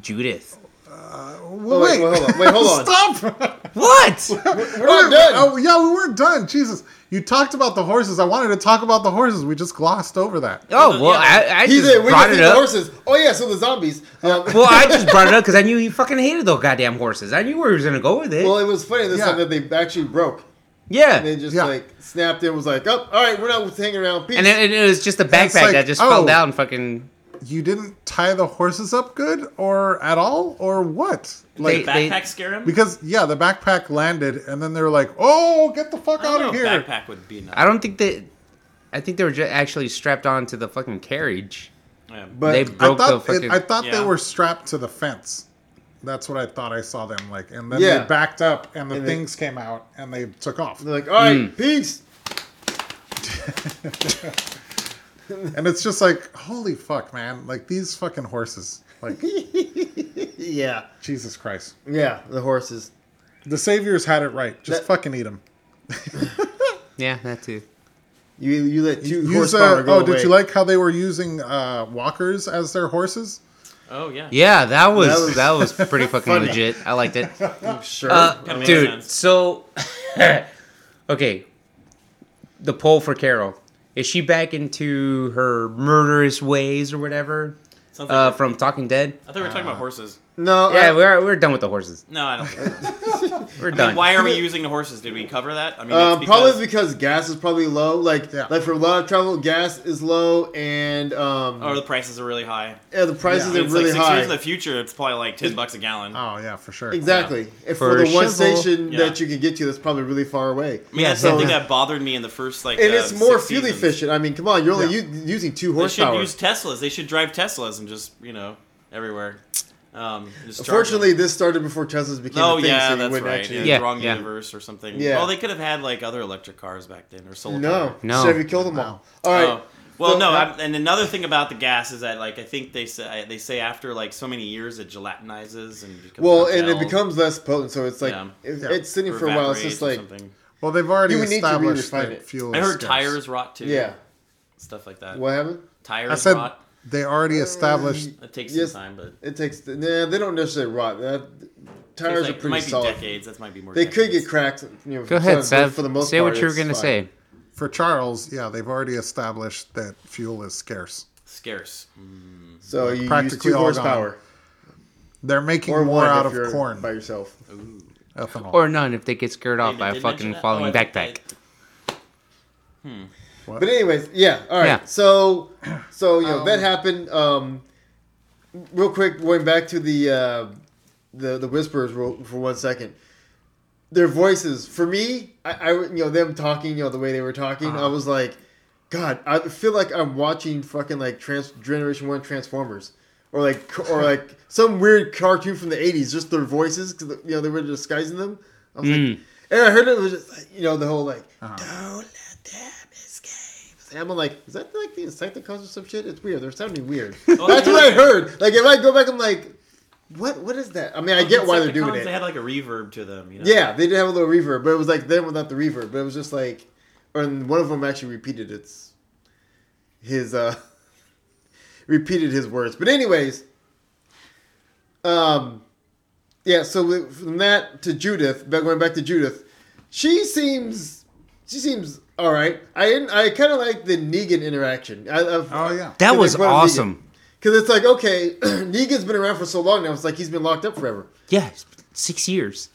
S3: Judith?
S2: Well,
S1: Oh, wait, well, hold on. Wait, hold on.
S2: Stop.
S3: What?
S1: We're not done.
S2: Oh, yeah, we weren't done. Jesus. You talked about the horses. I wanted to talk about the horses. We just glossed over that.
S3: Oh well, I, I
S1: He
S3: just
S1: did. We
S3: brought
S1: got
S3: it
S1: the
S3: up.
S1: horses. Oh yeah, so the zombies. Um,
S3: Well, I just brought it up because I knew you fucking hated those goddamn horses. I knew where he was gonna go with it.
S1: well, it was funny this
S2: Yeah.
S1: time that they actually broke.
S3: yeah,
S1: They just
S2: Yeah.
S1: like snapped and was like, "Oh, all right, we're not hanging around." Peace.
S3: and it, it was just a
S2: it's
S3: backpack
S2: like,
S3: that just
S2: oh.
S3: fell down. Fucking,
S2: You didn't tie the horses up good or at all or what?
S3: They-
S2: Like,
S4: Backpack scare him.
S2: because, yeah, the backpack landed and then they were like, oh, get the fuck
S4: I don't
S2: out
S4: know
S2: of
S4: if
S2: here.
S4: backpack would be enough.
S3: I don't think that. I think they were just actually strapped onto the fucking carriage.
S4: Yeah.
S1: but
S3: they
S2: I
S3: broke the
S2: thought,
S3: fucking.
S2: it, I thought
S4: Yeah.
S2: they were strapped to the fence. That's what I thought I saw them like. And then
S1: Yeah.
S2: they backed up and the
S1: And they-
S2: things came out and they took off.
S1: They're like, all right,
S3: Mm.
S1: peace.
S2: And it's just like, holy fuck, man. Like these fucking horses. Like,
S1: Yeah,
S2: Jesus Christ.
S1: yeah, the horses.
S2: The saviors had it right. Just
S1: That-
S2: fucking eat them.
S3: yeah, that too.
S1: You you let two
S2: Use,
S1: horsepower
S2: uh,
S1: go
S2: oh,
S1: away.
S2: did you like how they were using uh, walkers as their horses?
S4: Oh yeah.
S3: Yeah, that was that
S1: was-
S3: was, pretty fucking
S1: Funny.
S3: legit. I liked it,
S1: Sure.
S4: Kinda
S3: uh,
S4: makes
S3: dude.
S4: sense.
S3: So, okay, the poll for Carol is she back into her murderous ways or whatever
S4: Sounds like-
S3: uh, from Talking Dead?
S4: I thought we were talking about horses.
S1: no.
S3: Yeah,
S1: Yeah.
S3: we're we're done with the horses.
S4: No, I don't. Think so.
S3: We're
S4: I mean,
S3: done.
S4: why are we using the horses? Did we cover that? I mean,
S1: Uh,
S4: that's because-
S1: probably because gas is probably low. Like,
S2: Yeah.
S1: like for a lot of travel, gas is low, and um,
S4: or Oh, the prices are really high.
S1: yeah, the prices
S4: I mean,
S1: are
S4: it's
S1: really
S4: like six
S1: high.
S4: years in the future, it's probably like ten bucks a gallon.
S2: Oh, yeah, for sure.
S1: exactly. If
S3: For
S1: for, the one
S3: shizzle-
S1: station
S4: Yeah.
S1: that you can get to, that's probably really far away.
S4: I mean,
S3: Yeah,
S4: that's
S3: so-
S4: something that bothered me in the first like.
S1: And
S4: uh,
S1: it's more
S4: six
S1: fuel
S4: seasons.
S1: efficient. I mean, come on, you're only
S2: Yeah.
S1: u- using two
S4: They should
S1: horsepower.
S4: use Teslas. They should drive Teslas and just you know everywhere. Um, just charge them.
S1: Unfortunately, this started before Teslas became
S4: Oh
S1: a thing,
S4: yeah,
S1: so you
S4: that's
S1: wouldn't
S4: right.
S1: actually.
S4: Yeah,
S3: Yeah,
S4: wrong
S3: yeah.
S4: universe or something.
S1: Yeah.
S4: Well, they could have had like other electric cars back then or solar.
S1: No,
S4: power.
S3: No.
S1: Chevy killed them all. All right.
S4: Oh. Well,
S1: So-
S4: no, I'm, and another thing about the gas is that, like, I think they say they say after like so many years it gelatinizes and becomes
S1: Well, and it
S4: gel
S1: becomes less potent, so it's like
S4: Yeah.
S1: it-
S2: Yeah.
S1: it's sitting
S4: or
S1: for a while. It's
S4: evaporates
S1: just
S4: or
S1: like
S4: something.
S2: Well, they've already
S1: You would need to
S2: established
S1: re-refine
S2: that
S1: it.
S2: fuel
S4: I
S2: is
S4: heard
S2: scarce.
S4: tires rot too.
S1: yeah.
S4: stuff like that.
S1: What happened?
S4: Tires
S2: I said
S4: rot.
S2: they already
S1: Uh,
S2: established.
S4: It takes
S1: Yes.
S4: some time, but
S1: It takes nah. They don't necessarily rot. That, tires
S4: It's like-
S1: are
S4: it might
S1: pretty solid.
S4: be decades. That might be more.
S1: They could
S4: decades.
S1: get cracked. You know,
S3: Go ahead,
S1: sometimes, but
S3: Seth.
S1: For the most
S3: say
S1: part,
S3: what you were
S1: it's
S3: gonna
S1: fine.
S3: say.
S2: For Charles, yeah, they've already established that fuel is scarce.
S4: scarce.
S1: So you use
S2: practically
S1: two
S2: all gone.
S1: horsepower
S2: They're making
S1: or
S2: more
S1: one
S2: out
S1: if
S2: of
S1: you're
S2: corn
S1: by yourself.
S2: ethanol.
S3: Or none if they get scared off
S4: They
S3: by a
S4: did mention
S3: fucking
S4: that?
S3: falling
S4: Oh, I think
S3: backpack.
S4: they-
S1: But anyways, yeah. All right.
S3: Yeah.
S1: So, so you know that happened. Um, real quick, going back to the uh, the the whispers real- for one second. Their voices for me, I, I you know them talking, you know the way they were talking. I was like, God, I feel like I'm watching fucking like Trans Generation One Transformers, or like or like some weird cartoon from the '80s, just their voices because you know they were disguising them. I was like, and I heard it was just like, you know the whole like don't let them escape. And I'm like, is that like the Insecticons or some shit? It's weird. They're sounding weird. That's what I heard. Like if I go back, I'm like, what? What is that? I mean,
S4: Oh,
S1: I get why they're doing it.
S4: They had like a reverb to them. You know?
S1: Yeah, they did have a little reverb, but it was like them without the reverb. But it was just like, and one of them actually repeated its, his, uh, repeated his words. But anyways, um, yeah. So we- from that to Judith, but going back to Judith, she seems, she seems all right. I didn't- I kind of like the Negan interaction. I, I've,
S2: Oh, yeah.
S3: That
S1: Cause
S3: was
S1: they brought Negan.
S3: awesome.
S1: Because it's like okay, Negan's been around for so long now. It's like he's been locked up forever.
S3: Yeah, six years,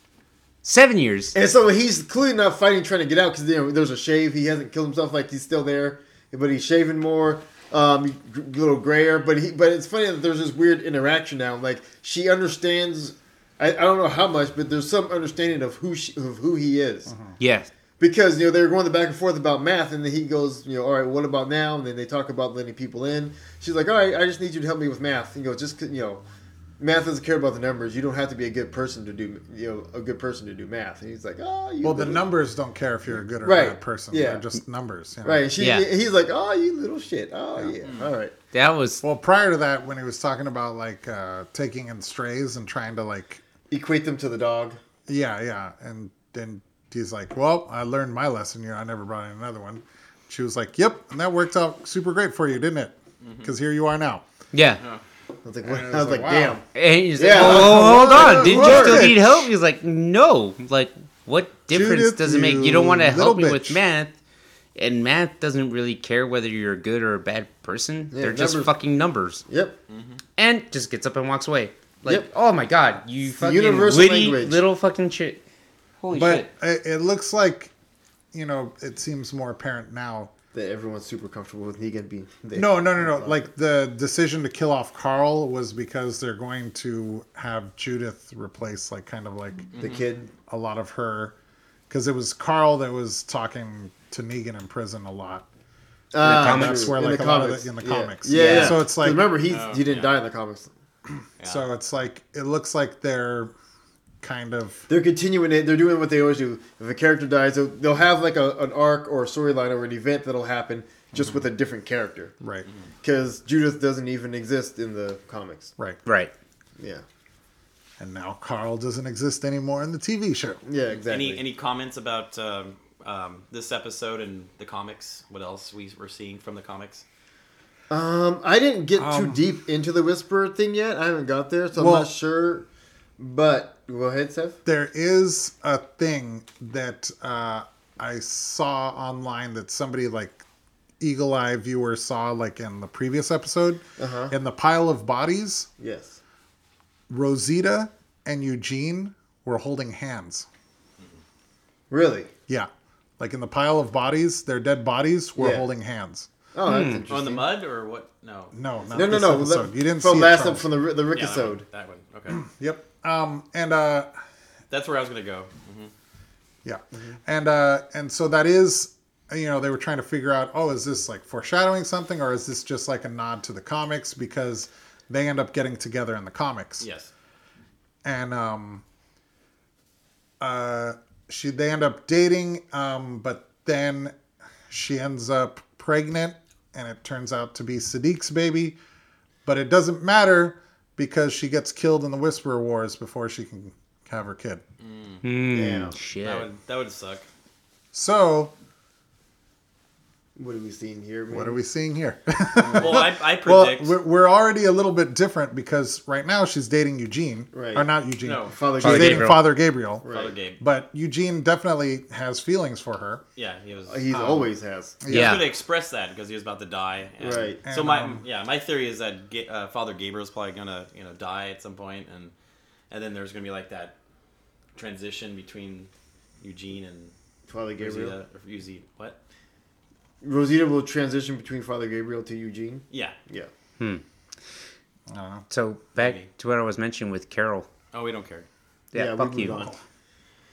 S3: seven years.
S1: And so he's clearly not fighting, trying to get out because you know there's a shave. He hasn't killed himself; like he's still there, but he's shaving more, um, gr- a little grayer. But he, but it's funny that there's this weird interaction now. Like she understands, I, I don't know how much, but there's some understanding of who she, of who he is
S3: Yeah,
S1: because you know they were going back and forth about math, and then he goes, you know, all right, what about now? And then they talk about letting people in. She's like, all right, I just need you to help me with math. You know, just 'cause, you know, math doesn't care about the numbers. You don't have to be a good person to do, you know, a good person to do math. And he's like, oh, you
S2: Well, the
S1: little-"
S2: numbers don't care if you're a good or
S1: Right.
S2: bad person.
S1: Yeah.
S2: They're just numbers. You know?
S1: right? And she,
S3: Yeah.
S1: he's like, oh, you little shit. Oh yeah,
S2: Mm.
S1: all right.
S3: that was
S2: Well, prior to that, when he was talking about like uh, taking in strays and trying to like,
S1: Equate them to the dog.
S2: yeah, yeah, and then he's like, "Well, I learned my lesson. You know, I never brought in another one." She was like, "Yep," and that worked out super great for you, didn't it?
S4: Mm-hmm.
S2: Because here you are now.
S3: yeah.
S1: I was like, I was like,
S2: like, wow.
S1: damn.
S3: And he's
S1: Yeah.
S3: like, oh, hold on, did you
S2: Work
S3: still
S2: it.
S3: need help? He's like, no. Like, what difference
S2: Judith,
S3: does it make? You
S2: you
S3: don't want to help
S2: little
S3: me with
S2: bitch.
S3: math, and math doesn't really care whether you're a good or a bad person. They're just
S1: numbers-
S3: fucking numbers.
S1: Yep.
S3: And just gets up and walks away. Like,
S1: Yep.
S3: oh my god, you fucking
S1: universal
S3: witty
S1: language.
S3: little fucking shit. Holy
S2: But
S3: shit.
S2: it, it looks like, you know, it seems more apparent now.
S1: That everyone's super comfortable with Negan being there.
S2: No, no, no, no. Like the decision to kill off Carl was because they're going to have Judith replace, like, kind of like
S3: Mm-hmm.
S1: the kid.
S2: a lot of her, because it was Carl that was talking to Negan in prison a lot.
S1: Ah,
S3: comics.
S1: true.
S2: Where,
S1: In
S2: like,
S1: the
S2: a lot of
S1: comics.
S2: the- in the
S1: Yeah.
S2: comics.
S1: Yeah.
S2: Yeah.
S1: yeah.
S2: So it's like-
S1: remember he
S4: Oh,
S1: he didn't
S4: yeah.
S1: die in the comics.
S2: So it's like it looks like they're kind of
S1: they're continuing it. They're doing what they always do. If a character dies, they'll, they'll have like a, an arc or a storyline or an event that'll happen just with a different character.
S2: right,
S3: Mm-hmm.
S1: Because Judith doesn't even exist in the comics.
S2: right.
S3: Right.
S1: Yeah.
S2: And now Carl doesn't exist anymore in the TV show.
S1: Yeah, exactly.
S4: Any any comments about um, um, this episode and the comics? What else we were seeing from the comics?
S1: um, I didn't get too deep into the Whisperer thing yet. I haven't got there, so I'm
S2: Well-
S1: not sure. But go ahead, Seth.
S2: There is a thing that uh, I saw online that somebody like eagle eye viewer saw like in the previous episode
S1: Uh-huh.
S2: in the pile of bodies
S1: Yes.
S2: rosita and eugene were holding hands
S1: Really?
S2: yeah like in the pile of bodies their dead bodies were
S1: Yeah.
S2: holding hands
S1: Oh, that's interesting.
S4: On the mud or what? No.
S2: no not
S1: No, no,
S2: Hmm. this
S1: no.
S2: episode. you didn't
S1: from
S2: see
S1: last
S2: it,
S1: up
S2: Charles.
S1: from the the
S4: Yeah, that
S1: Rickisode.
S4: one, that one. Okay.
S2: yep um and uh
S4: That's where I was gonna go.
S2: Yeah, and uh, and so that is, you know, they were trying to figure out, oh, is this like foreshadowing something, or is this just like a nod to the comics because they end up getting together in the comics,
S4: Yes.
S2: and um, uh, she they end up dating, um, but then she ends up pregnant, and it turns out to be Sadiq's baby, but it doesn't matter because she gets killed in the Whisperer Wars before she can have her kid.
S1: Damn.
S4: That
S3: Oh, Shit.
S4: would that would suck.
S2: So
S1: What are we seeing here? Man?
S2: Hmm. what are we seeing here?
S4: Well, I, I
S2: Well,
S4: predict.
S2: we're, we're already a little bit different because right now she's dating Eugene,
S1: Right.
S2: Or not Eugene.
S4: no,
S1: Father?
S2: She's
S1: Gabriel.
S2: dating
S3: Gabriel.
S2: Father Gabriel.
S4: Father Gabe.
S2: But Eugene definitely has feelings for her.
S4: Yeah, he was.
S1: He's always has.
S4: He was
S3: Yeah.
S4: going to express that because he was about to die. And
S1: Right.
S4: So
S2: And,
S4: my
S2: um,
S4: yeah, my theory is that Ga- uh, Father Gabriel's probably going to you know die at some point, and and then there's going to be like that transition between Eugene and
S1: Father Gabriel.
S4: Rosita. Or Uzi, what?
S1: Rosita will transition between Father Gabriel to Eugene.
S4: Yeah.
S1: Yeah.
S2: I don't know.
S3: So back to what I was mentioning with Carol.
S4: Oh, we don't care.
S3: Yeah,
S1: Yeah, we
S3: fuck
S1: moved
S3: you.
S1: on.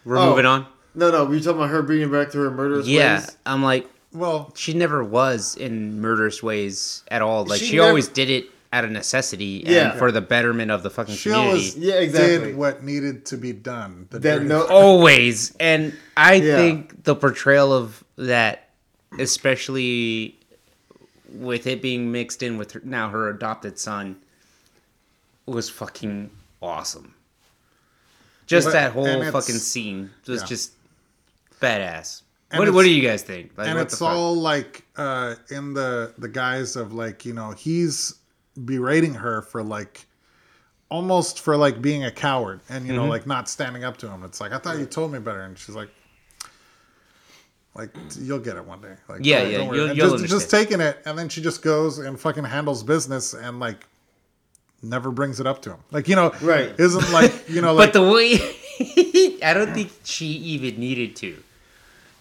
S3: We're
S1: Oh.
S3: moving on.
S1: No, no, we were talking about her bringing back to her murderous
S3: Yeah,
S1: ways.
S3: I'm like,
S2: Well,
S3: she never was in murderous ways at all. Like
S1: She
S3: she,
S1: never-
S3: always did it out of necessity
S1: Yeah.
S3: and for the betterment of the fucking
S2: She
S3: community.
S2: always
S1: Yeah, exactly.
S2: did what needed to be done. The
S1: That
S2: dirty-
S1: no,
S3: always and i
S1: Yeah.
S3: think the portrayal of that especially with it being mixed in with her, now her adopted son was fucking awesome just
S2: But-
S3: that
S2: and
S3: whole
S2: it's-
S3: fucking scene was
S2: yeah.
S3: just badass
S2: And
S3: what, what
S2: it's-
S3: do you guys think like
S2: and
S3: what
S2: it's
S3: the fuck?
S2: all like uh, in the the guise of like you know he's berating her for like almost for like being a coward and you
S3: Mm-hmm.
S2: know like not standing up to him. It's like I thought you told me better, and she's like, like you'll get it one day. Like
S3: Yeah,
S2: don't-
S3: yeah,
S2: don't worry.
S3: you'll-
S2: And
S3: you'll
S2: just, just taking it, and then she just goes and fucking handles business and like never brings it up to him. Like you know,
S1: Right.
S2: Isn't like you know like
S3: but the way i don't think she even needed to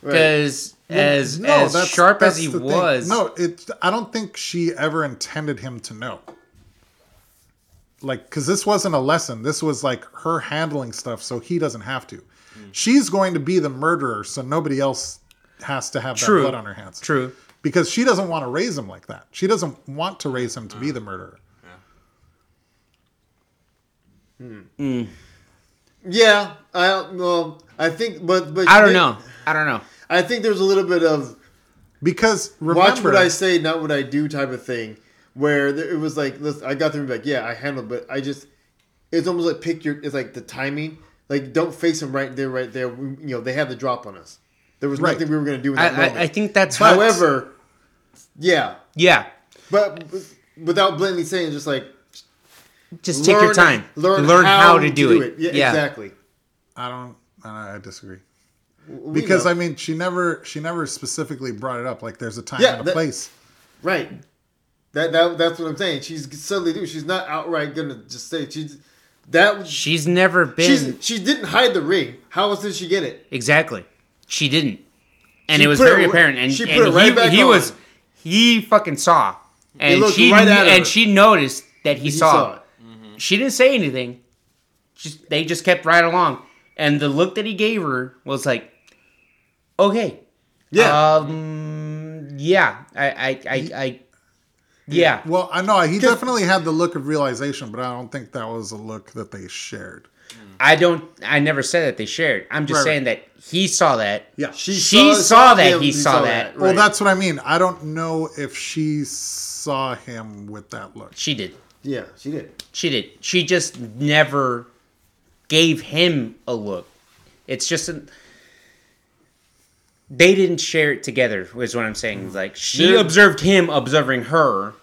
S1: right.
S3: because as as
S2: that's-
S3: sharp
S2: that's
S3: as he
S2: the thing.
S3: was
S2: No, it. I don't think she ever intended him to know. Like, because this wasn't a lesson. This was like her handling stuff, so he doesn't have to.
S3: Mm.
S2: She's going to be the murderer, so nobody else has to have
S3: True.
S2: that blood on her hands.
S3: true
S2: Because she doesn't want to raise him like that. She doesn't want to raise him to
S3: Mm.
S2: be the murderer.
S1: yeah, I don't. Well, I think, but but
S3: i don't know i don't know
S1: I think there's a little bit of
S2: Because remember,
S1: watch what I say, not what I do type of thing, where there, it was like, listen, I got through and be like, yeah, I handled, but I just, it's almost like pick your, it's like the timing, like don't face them right there, right there. We, you know, they had the drop on us. There was
S2: Right.
S1: nothing we were gonna do in
S3: I,
S1: that
S3: I,
S1: moment.
S3: I think that's what-
S1: However, yeah,
S3: yeah.
S1: but without blatantly saying, just like
S3: Just take your
S1: learn-
S3: time. Learn, how, to do, it.
S1: Yeah, exactly.
S2: I don't. I I disagree.
S1: We
S2: Because
S1: know.
S2: I mean, she never, she never specifically brought it up. Like, there's a time
S1: Yeah,
S2: and a
S1: that-
S2: place.
S1: Right. That, that that's what I'm saying. She's suddenly do. She's not outright gonna just say she's that.
S3: She's never been
S1: She's, she didn't hide the ring. How else did she get it?
S3: exactly. She didn't, and
S1: She
S3: it was
S1: put it
S3: very
S1: away-
S3: apparent. And,
S1: she put
S3: and
S1: it right
S3: he,
S1: back
S3: he
S1: on.
S3: was he fucking saw, and
S1: looked
S3: she
S1: right at
S3: and
S1: her.
S3: she noticed that he,
S1: He
S3: saw.
S1: saw
S3: it.
S1: it.
S3: She didn't say anything. Just they just kept right along, and the look that he gave her was like, okay, Uh,
S1: Yeah.
S3: um, yeah, I, I, I, I yeah.
S2: Well, I know he definitely had the look of realization, but I don't think that was a look that they shared.
S3: I don't. I never said that they shared. I'm just
S2: Right,
S3: saying that he saw that.
S2: Yeah.
S1: she
S3: she saw that
S1: him,
S3: he saw that.
S2: Well,
S1: right.
S2: that's what I mean. I don't know if she saw him with that look.
S3: She did.
S1: yeah, she did.
S3: She did. She just never gave him a look. It's just an, they didn't share it together. Is what I'm saying. It's Like Mm. she
S1: They're-
S3: observed him observing her,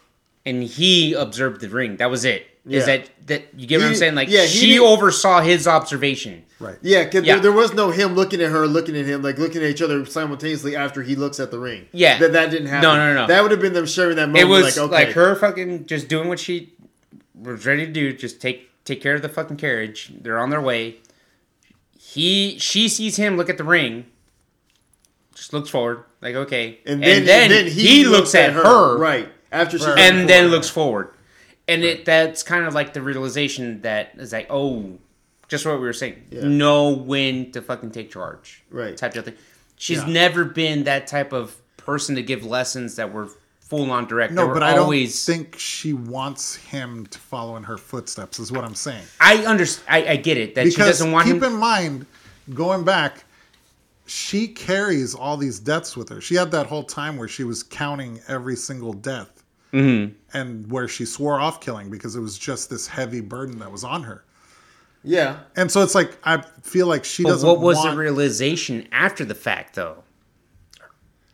S3: and he observed the ring. That was it.
S1: Yeah.
S3: Is that that you get what I'm
S1: He-
S3: saying? Like
S1: yeah, he
S3: she
S1: didn't-
S3: oversaw his observation.
S2: Right.
S1: Yeah, 'cause
S3: Yeah.
S1: There, there was no him looking at her, looking at him, like looking at each other simultaneously after he looks at the ring.
S3: Yeah.
S1: that that didn't happen.
S3: No, no, no.
S1: That would have been them sharing that moment.
S3: it was
S1: like,
S3: like,
S1: okay,
S3: her fucking just doing what she was ready to do. Just take take care of the fucking carriage. They're on their way. He she sees him look at the ring. Just looks forward, like okay,
S1: and then, and then he, looks, at her, right after she
S3: and then looks forward, and it that's kind of like the realization that is like oh, just what we were saying,
S1: Yeah.
S3: know when to fucking take charge,
S1: Right.
S3: Type of thing. She's
S2: Yeah.
S3: never been that type of person to give lessons that were full on direct. They
S2: No,
S3: were
S2: but I don't
S3: always,
S2: think she wants him to follow in her footsteps. Is what I'm saying.
S3: I understand. I, I get it that she
S2: Because
S3: doesn't want
S2: keep
S3: him.
S2: in mind, going back, she carries all these deaths with her. She had that whole time where she was counting every single death,
S3: Mm-hmm.
S2: and where she swore off killing because it was just this heavy burden that was on her.
S1: yeah,
S2: And so it's like I feel like she
S3: But
S2: doesn't.
S3: what was
S2: want,
S3: the realization after the fact, though?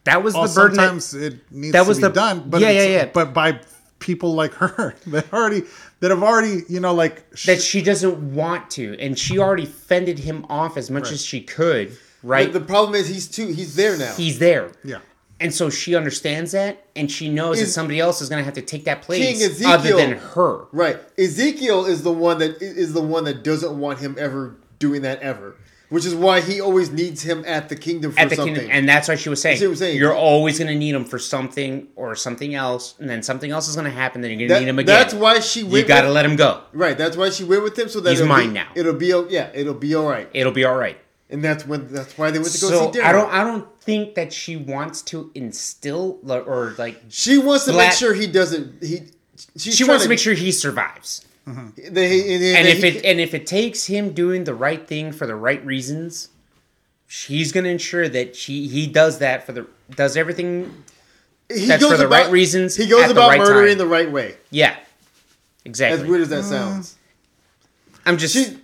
S3: That was
S2: Well,
S3: the burden. that-
S2: sometimes it needs
S3: that
S2: to
S3: was
S2: be
S3: the-
S2: done, but
S3: yeah,
S2: it's-
S3: yeah, yeah.
S2: But by people like her that already that have already you know like sh-
S3: that she doesn't want to, and she already fended him off as much as she could. Right?
S1: The problem is he's too. He's there now.
S3: He's there.
S2: yeah.
S3: And so she understands that, and she knows that
S1: Is-
S3: somebody else is going to have to take that
S1: King
S3: place
S1: Ezekiel-
S3: other than her.
S1: Right. Ezekiel is the one that is the one that doesn't want him ever doing that ever, which is why he always needs him at the kingdom for
S3: At the
S1: something.
S3: kingdom, and that's why she was saying,
S1: see what I'm saying?
S3: you're always going to need him for something or something else, and then something else is going to happen, then you're going to
S1: That-
S3: need him again.
S1: that's why she went.
S3: you got to
S1: with,
S3: let him go.
S1: right. That's why she went with him so that
S3: He's
S1: it'll
S3: mine
S1: be,
S3: now.
S1: It'll be o- yeah. It'll be all right.
S3: It'll be all right.
S1: And that's when that's why they went to go
S3: so
S1: see Daryl.
S3: I don't I don't think that she wants to instill or, or like
S1: She wants to
S3: Black-
S1: make sure he doesn't. He she's
S3: she
S1: trying
S3: wants to make sure he survives.
S1: They, and,
S3: and if
S1: he-
S3: it and if it takes him doing the right thing for the right reasons, she's gonna ensure that she he does that for the does everything.
S1: he
S3: that's for the right reasons
S1: he goes
S3: at the
S1: about
S3: right
S1: murdering
S3: time.
S1: the right way.
S3: Yeah,
S1: As
S3: exactly.
S1: weird as that
S4: Mm.
S1: sounds,
S3: I'm just
S1: she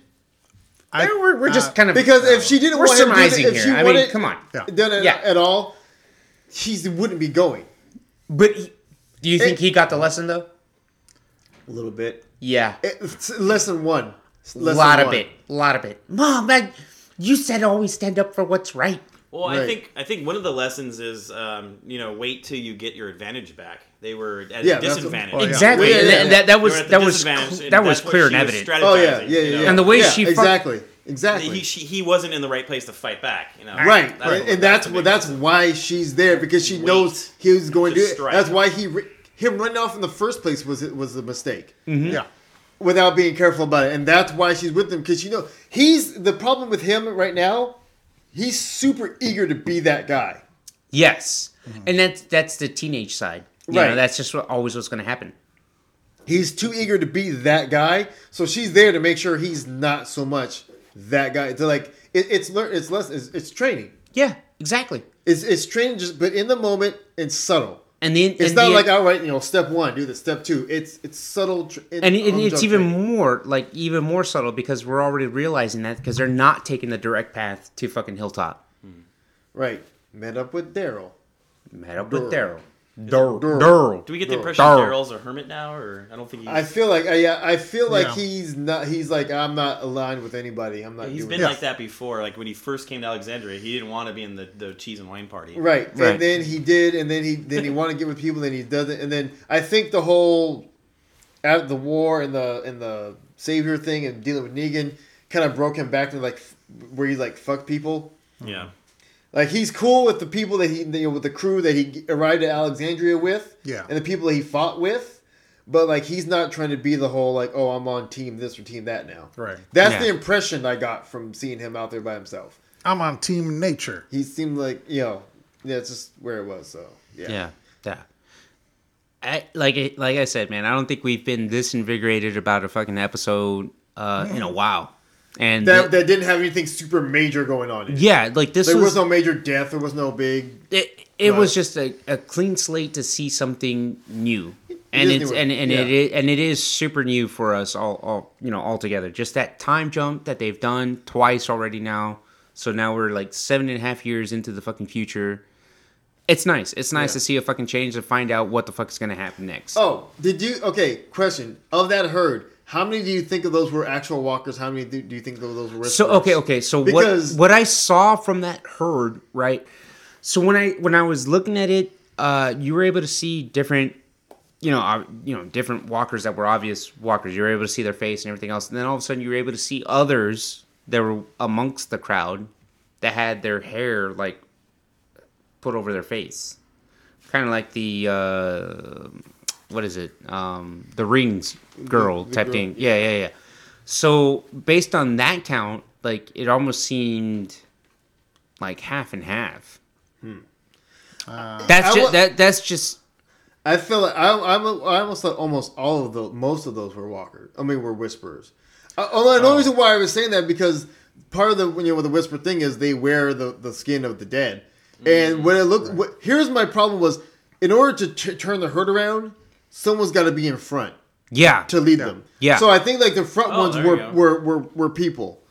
S2: I-
S3: we're, we're
S2: uh,
S3: just kind of
S1: because if she didn't
S3: we're
S1: want him to do
S3: surmising
S1: it, if she
S3: here. I
S1: wanted,
S3: mean, come on.
S2: Yeah.
S1: done it
S3: Yeah.
S1: at all, he wouldn't be going.
S3: But he, do you think
S1: It-
S3: he got the lesson though?
S4: A little bit.
S3: Yeah,
S1: Eh, It's less than one. It's
S3: a
S1: less
S3: lot
S1: than
S3: of
S1: one.
S3: it, a lot of it. Mom, I, you said always stand up for what's right.
S4: Well, I
S1: Right.
S4: think I think one of the lessons is um, you know wait till you get your advantage back. They were at
S1: Yeah,
S4: a
S1: that's- oh,
S4: disadvantage.
S2: well, yeah.
S3: Exactly.
S1: Yeah, yeah,
S3: And
S1: yeah.
S3: That, that, that
S4: They were
S3: was
S4: at the
S3: that was
S4: disadvantage,
S3: cl-
S4: and
S3: that was
S4: that's what
S3: clear and
S4: she was
S3: evident.
S1: Oh yeah,
S4: strategizing,
S1: yeah,
S4: you
S1: yeah.
S4: know?
S1: yeah.
S3: And the way
S1: Yeah,
S3: she fu-
S1: exactly, exactly.
S4: He, she, he wasn't in the right place to fight back. You know,
S1: Right,
S4: That's
S1: and,
S4: a-
S1: and that's
S4: a
S1: what
S4: big
S1: that's
S4: lesson.
S1: why she's there because she
S4: Wait.
S1: knows he was going to do
S4: Just
S1: it.
S4: strike.
S1: That's why he ri- him running off in the first place was was a mistake
S2: Mm-hmm. Yeah.
S1: without being careful about it, and that's why she's with him because you know he's the problem with him right now. He's super eager to be that guy.
S3: Yes, and that's that's the teenage side. You
S1: Mm-hmm. Right.
S3: know, that's just what, always what's going to happen.
S1: He's too eager to be that guy, so she's there to make sure he's not so much that guy. To like it, it's lear- it's less it's, it's training.
S3: Yeah, exactly.
S1: It's it's training just but in the moment and subtle.
S3: And then
S1: It's
S3: and
S1: not
S3: the-
S1: like outright, you know, step one, do this, step two. It's it's subtle, tr-
S3: and, it- and
S1: on-job
S3: it's even
S1: training.
S3: more like even more subtle because we're already realizing that because they're not taking the direct path to fucking hilltop.
S1: right. Met up with Daryl.
S3: Met up with
S1: Durl.
S3: Daryl. Daryl.
S1: Durl.
S3: Daryl.
S4: Do we get the
S1: Durl.
S4: impression
S3: Durl.
S4: Daryl's a hermit now, or I don't think he's,
S1: I feel like I, yeah, I feel like
S2: Yeah.
S1: he's not. He's like I'm not aligned with anybody. I'm not.
S4: he's
S1: doing
S4: been
S1: this.
S4: like that before. Like when he first came to Alexandria, he didn't want to be in the, the cheese and wine party.
S1: right.
S3: Right.
S1: And then he did, and then he then he wanted to get with people, then he doesn't, and then I think the whole out the war and the and the savior thing and dealing with Negan kind of broke him back to like f- where he like fuck people.
S4: Yeah.
S1: Like he's cool with the people that he you know, with the crew that he arrived at Alexandria with,
S2: Yeah.
S1: and the people that he fought with, but like he's not trying to be the whole like oh I'm on team this or team that now.
S2: Right.
S1: That's
S3: Yeah.
S1: the impression I got from seeing him out there by himself.
S2: I'm on team nature.
S1: He seemed like you know yeah it's just where it was so yeah
S3: Yeah. Yeah. I, like I- like I said, man, I don't think we've been this invigorated about a fucking episode uh, in a while. And
S1: that
S3: th-
S1: that didn't have anything super major going on. In it.
S3: yeah, like this
S1: There
S3: was,
S1: was no major death. There was no big
S3: it, it
S1: Right.
S3: was just a, a clean slate to see something new and
S1: Disney
S3: it's
S1: World,
S3: and, and it
S1: yeah.
S3: is, and it is super new for us all, all you know all together just that time jump that they've done twice already now so now we're like seven and a half years into the fucking future it's nice it's nice to see a fucking change and find out what the fuck is going to happen next
S1: Oh, did you? Okay, question of that herd. How many do you think of those were actual walkers? How many do, do you think of those were?
S3: so
S1: whisperers?
S3: okay okay so
S1: Because-
S3: what what i saw from that herd right so when i when i was looking at it uh you were able to see different you know uh, you know different walkers that were obvious walkers you were able to see their face and everything else and then all of a sudden you were able to see others that were amongst the crowd that had their hair like put over their face kind of like the uh what is it um the rings girl type
S1: girl,
S3: thing yeah yeah yeah so based on that count like it almost seemed like half and half that's
S1: Hmm. I
S3: just
S1: wa-
S3: that that's just
S1: I feel like I, I'm, I almost thought almost all of the most of those were walkers. I mean, were whisperers. Uh, although the only reason why I was saying that because part of the you know with the whisper thing is they wear the, the skin of the dead. And when it looked, what, here's my problem was in order to t- turn the herd around, someone's got to be in front.
S3: yeah
S1: to lead them.
S3: Yeah.
S1: So I think like the front
S4: Oh,
S1: ones
S4: there you
S1: were,
S4: go. Mm-hmm.
S1: were were were people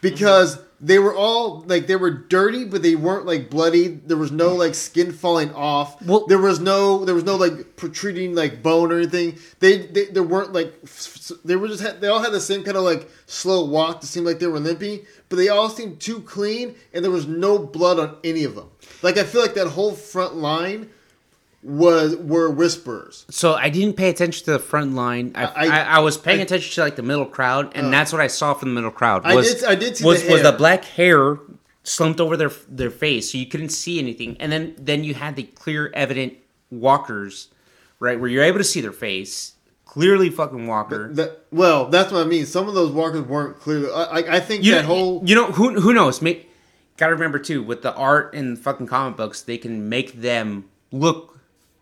S1: because they were all like they were dirty, but they weren't like bloody. There was no like skin falling off.
S3: Well-
S1: there was no there was no like protruding like bone or anything. They they, they weren't like f- f- they were just had, they all had the same kind of like slow walk. It seemed like they were limpy, but they all seemed too clean, and there was no blood on any of them. Like I feel like that whole front line was were whisperers.
S3: so i didn't pay attention to the front line i
S1: I- Uh.
S3: i, I, was paying attention to like the middle crowd and that's what i saw from the middle crowd
S1: I
S3: was
S1: did- I did see
S3: was,
S1: the
S3: was the
S1: hair.
S3: black hair slumped over their their face so you couldn't see anything and then then you had the clear evident walkers right where you're able to see their face clearly fucking walker
S1: That, well, that's what I mean. Some of those walkers weren't clear. I, I, I think
S3: you
S1: that
S3: know,
S1: whole
S3: you know who who knows make gotta remember too with the art and fucking comic books they can make them look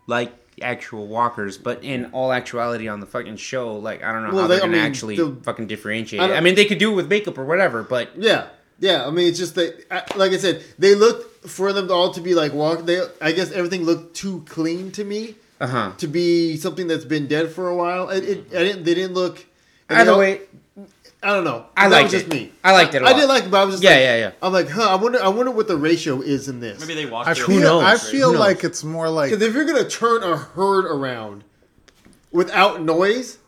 S3: like actual walkers, but in all actuality, on the fucking show, like I don't know
S1: Well,
S3: how
S1: they-
S3: they're
S1: I
S3: gonna
S1: mean,
S3: actually
S1: the-
S3: fucking differentiate.
S1: I
S3: it.
S1: don't-
S3: I mean, they could do it with makeup or whatever, but
S1: Yeah, yeah. I mean, it's just that, I- like I said, they looked for them all to be like walk. They, I guess, everything looked too clean to me
S3: uh huh.
S1: to be something that's been dead for a while. It, it I didn't. They didn't look. and they
S3: Either
S1: all-
S3: way,
S1: I don't know.
S3: I
S1: that
S3: liked
S1: was just
S3: it.
S1: me.
S3: I liked it a
S1: I
S3: lot.
S1: did like it, but I was just
S3: Yeah,
S1: like-
S3: yeah, yeah.
S1: I'm like, huh. I wonder. I wonder what the ratio is in this.
S4: Maybe they watched.
S2: I
S4: it.
S2: feel,
S3: knows,
S2: I
S3: right?
S2: feel
S3: Who
S2: like
S3: knows?
S2: it's more like
S1: Because if you're gonna turn a herd around without noise,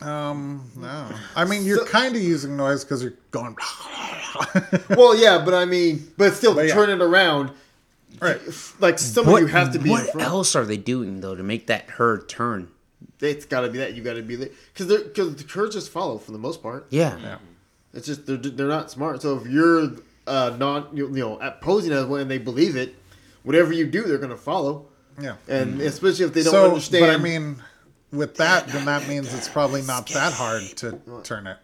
S2: um no. I mean, you're kind of using noise because you're going.
S1: well, yeah, but I mean, but still,
S2: yeah.
S1: turn it around.
S2: right.
S1: Like someone
S3: what,
S1: you have to be. in
S3: what
S1: front.
S3: else are they doing though to make that herd turn?
S1: It's got to be that you got to be there because they're because the curds just follow for the most part.
S3: Yeah,
S1: It's just they're they're not smart. So if you're uh not you know at posing as one and they believe it, whatever you do, they're gonna follow.
S2: Yeah.
S1: And
S3: Mm.
S1: especially if they don't
S2: so,
S1: understand.
S2: but I mean, with that, then that means it's probably not that hard to turn it.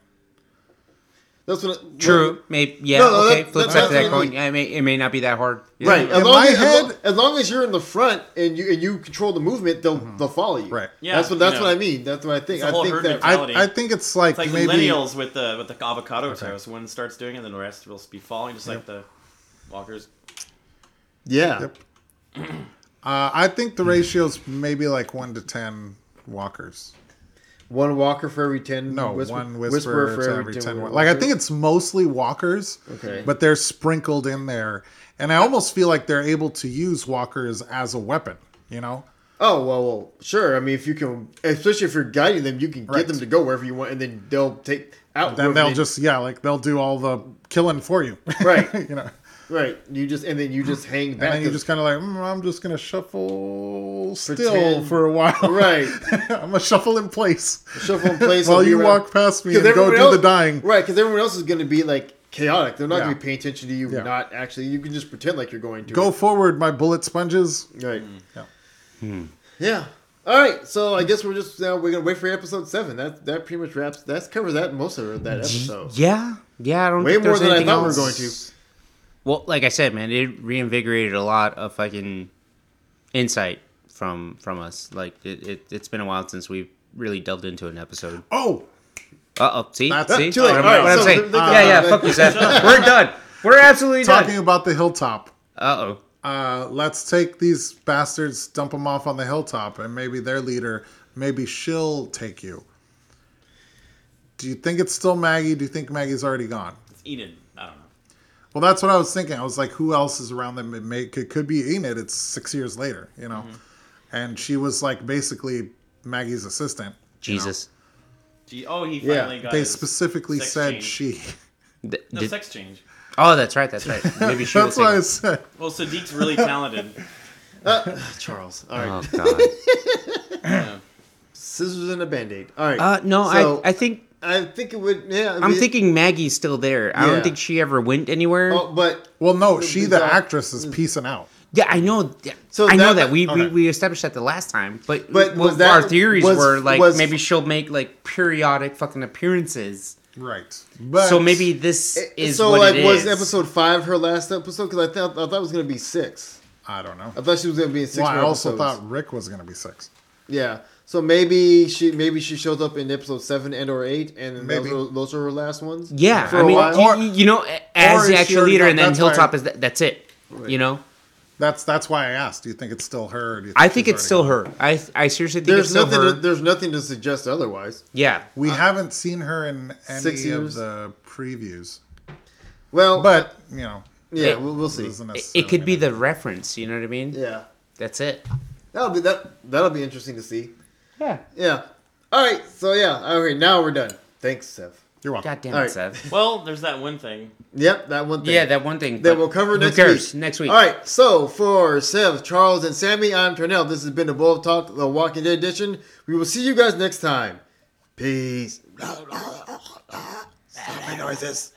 S1: that's what
S3: true. Maybe yeah.
S1: No, no,
S3: okay,
S1: that-
S3: flip
S1: that's
S3: side to that
S1: absolutely-
S3: coin. I may, it may not be that hard. Yeah.
S1: Right. As
S2: In
S1: long,
S2: my
S1: as, as
S2: head-
S1: long- as long as you're in the front and you and you control the movement, they'll they'll follow you.
S2: Mm-hmm. Right.
S4: Yeah,
S1: That's what that's
S4: you
S1: what
S4: know.
S1: I mean. That's what I think.
S4: It's a
S1: I
S4: whole
S1: think
S4: herd
S1: that
S4: Reality.
S2: I, I think it's like,
S4: It's like
S2: maybe
S4: millennials with the with the avocado toast. One starts doing it, then the rest will be following, just like the walkers.
S1: yeah.
S2: Yep. Uh, I think
S1: Hmm.
S2: the ratio's maybe like one to ten walkers.
S1: One walker for every ten.
S2: No,
S1: whisper-
S2: one whisperer, to every ten. Wa- like I
S1: walkers.
S2: think it's mostly walkers,
S1: Okay.
S2: but they're sprinkled in there, and I almost feel like they're able to use walkers as a weapon. You know,
S1: Oh well, well, sure. I mean, if you can, especially if you're guiding them, you can
S2: Right.
S1: get them to go wherever you want, and then they'll take out.
S2: then
S1: whoever
S2: they'll
S1: they-
S2: just yeah, like they'll do all the killing for you.
S1: Right.
S2: you know,
S1: right. You just and then you just hang back.
S2: and then you
S1: 'cause-
S2: just kind of like mm, I'm just gonna shuffle still
S1: Pretend-
S2: for a while.
S1: right
S2: I'm gonna shuffle in place
S1: shuffle in place
S2: while
S1: and be
S2: you
S1: around-
S2: walk past me
S1: 'Cause
S2: and go
S1: everyone
S2: do
S1: else-
S2: the dying.
S1: Right, because everyone else is going to be like chaotic. They're not
S2: Yeah.
S1: going to be paying attention to you.
S2: Yeah.
S1: Not actually. You can just pretend like you're going to
S2: Go
S1: it.
S2: forward, my bullet sponges.
S1: Right.
S2: Yeah.
S1: Mm.
S3: Hmm.
S1: Yeah. All right. So I guess we're just now we're gonna wait for episode seven. That that pretty much wraps. That covers that most of
S3: Mm-hmm.
S1: that episode.
S3: Yeah, yeah. I don't
S1: Way
S3: think
S1: more
S3: there's
S1: than I
S3: anything
S1: thought we were
S3: else.
S1: going to.
S3: Well, like I said, man, it reinvigorated a lot of fucking insight from from us. Like it, it it's been a while since we've really delved into an episode.
S2: Oh,
S3: Uh oh, see,
S2: That's-
S3: see,
S1: too late. All
S3: What,
S1: right,
S3: I'm, what I'm
S1: so
S3: saying?
S1: th- th-
S3: yeah, yeah.
S1: th-
S3: fuck you, Seth. We're done. We're absolutely
S2: talking
S3: done.
S2: about the hilltop.
S3: Uh oh.
S2: Uh, let's take these bastards, dump them off on the hilltop, and maybe their leader, maybe she'll take you. Do you think it's still Maggie? Do you think Maggie's already gone?
S4: It's Enid. I don't know.
S2: Well, that's what I was thinking. I was like, who else is around them? It, may, it could be Enid. It's six years later, you know? And she was like basically Maggie's assistant. you know?
S3: Jesus.
S4: Gee, oh, he
S1: Yeah,
S4: finally got.
S2: They
S4: his
S2: specifically
S4: sex
S2: said
S4: change.
S2: she.
S3: Th-
S4: No
S3: did-
S4: sex change.
S3: oh, that's right. That's right. Maybe she
S2: That's
S3: will
S2: why I
S3: take
S2: said.
S4: Well, Sadiq's really talented.
S1: Charles. All right.
S3: it. Oh God.
S1: Scissors and a band aid. All right.
S3: Uh, no,
S1: So,
S3: I I think
S1: I think it would. Yeah.
S3: I'm thinking Maggie's still there. I
S1: Yeah.
S3: don't think she ever went anywhere.
S1: Oh, but
S2: Well, no, she, the
S1: bizarre-
S2: actress, is piecing out.
S3: Yeah, I know.
S1: So
S3: So I know
S1: that-
S3: that we, we,
S2: okay.
S3: we established that the last time, but
S1: But
S3: but
S1: was that-
S3: our theories
S1: was-
S3: were like
S1: was-
S3: maybe she'll make like periodic fucking appearances.
S2: Right. But
S3: so maybe this is
S1: so
S3: what
S1: like
S3: it
S1: was
S3: is.
S1: episode five her last episode? Because I thought I thought it was gonna be six.
S2: I don't know.
S1: I thought she was gonna be in six.
S2: Well,
S1: more
S2: I also
S1: episodes.
S2: thought Rick was going to be six.
S1: Yeah. So maybe she maybe she shows up in episode seven and or eight, and
S2: Maybe.
S1: those are, those are her last ones.
S3: Yeah,
S1: for
S3: I
S1: a
S3: mean,
S1: while.
S3: you,
S2: Or-
S3: you- you know, as
S2: is she
S3: the actual
S2: already
S3: leader,
S2: gone?
S3: and then
S2: That's why-
S3: Hilltop is that, that's it. You know,
S2: That's that's why I asked. Do you think it's still her? Or do you think
S3: I think
S2: she's
S3: it's
S2: already
S3: still
S2: gone?
S3: her. I I seriously think it's
S1: There's
S3: still
S1: nothing.
S3: her.
S1: To, there's nothing to suggest otherwise.
S3: yeah,
S2: We haven't seen her in any
S1: Six years?
S2: of the previews,
S1: Well,
S2: but you know,
S1: yeah,
S3: it-
S1: we'll, we'll
S2: it
S1: see.
S2: isn't
S3: it,
S2: necessarily
S3: it could be
S2: gonna-
S3: the reference. You know what I mean?
S1: Yeah,
S3: That's it.
S1: that'll be that. That'll be interesting to see.
S3: Yeah.
S1: Yeah. All right. So yeah. Okay. Now we're done. Thanks, Seth.
S2: You're welcome.
S3: God damn
S1: All
S3: it,
S1: right.
S3: Seth.
S4: Well, there's that one thing.
S1: Yep. That one thing.
S3: Yeah, that one thing
S1: that
S3: but
S1: we'll cover
S3: who
S1: next
S3: cares?
S1: week.
S3: Next week.
S1: All right. So for Sev, Charles, and Sammy, I'm Turnell. This has been the Bull Talk, the Walking Dead edition. We will see you guys next time. Peace. Stop my noises.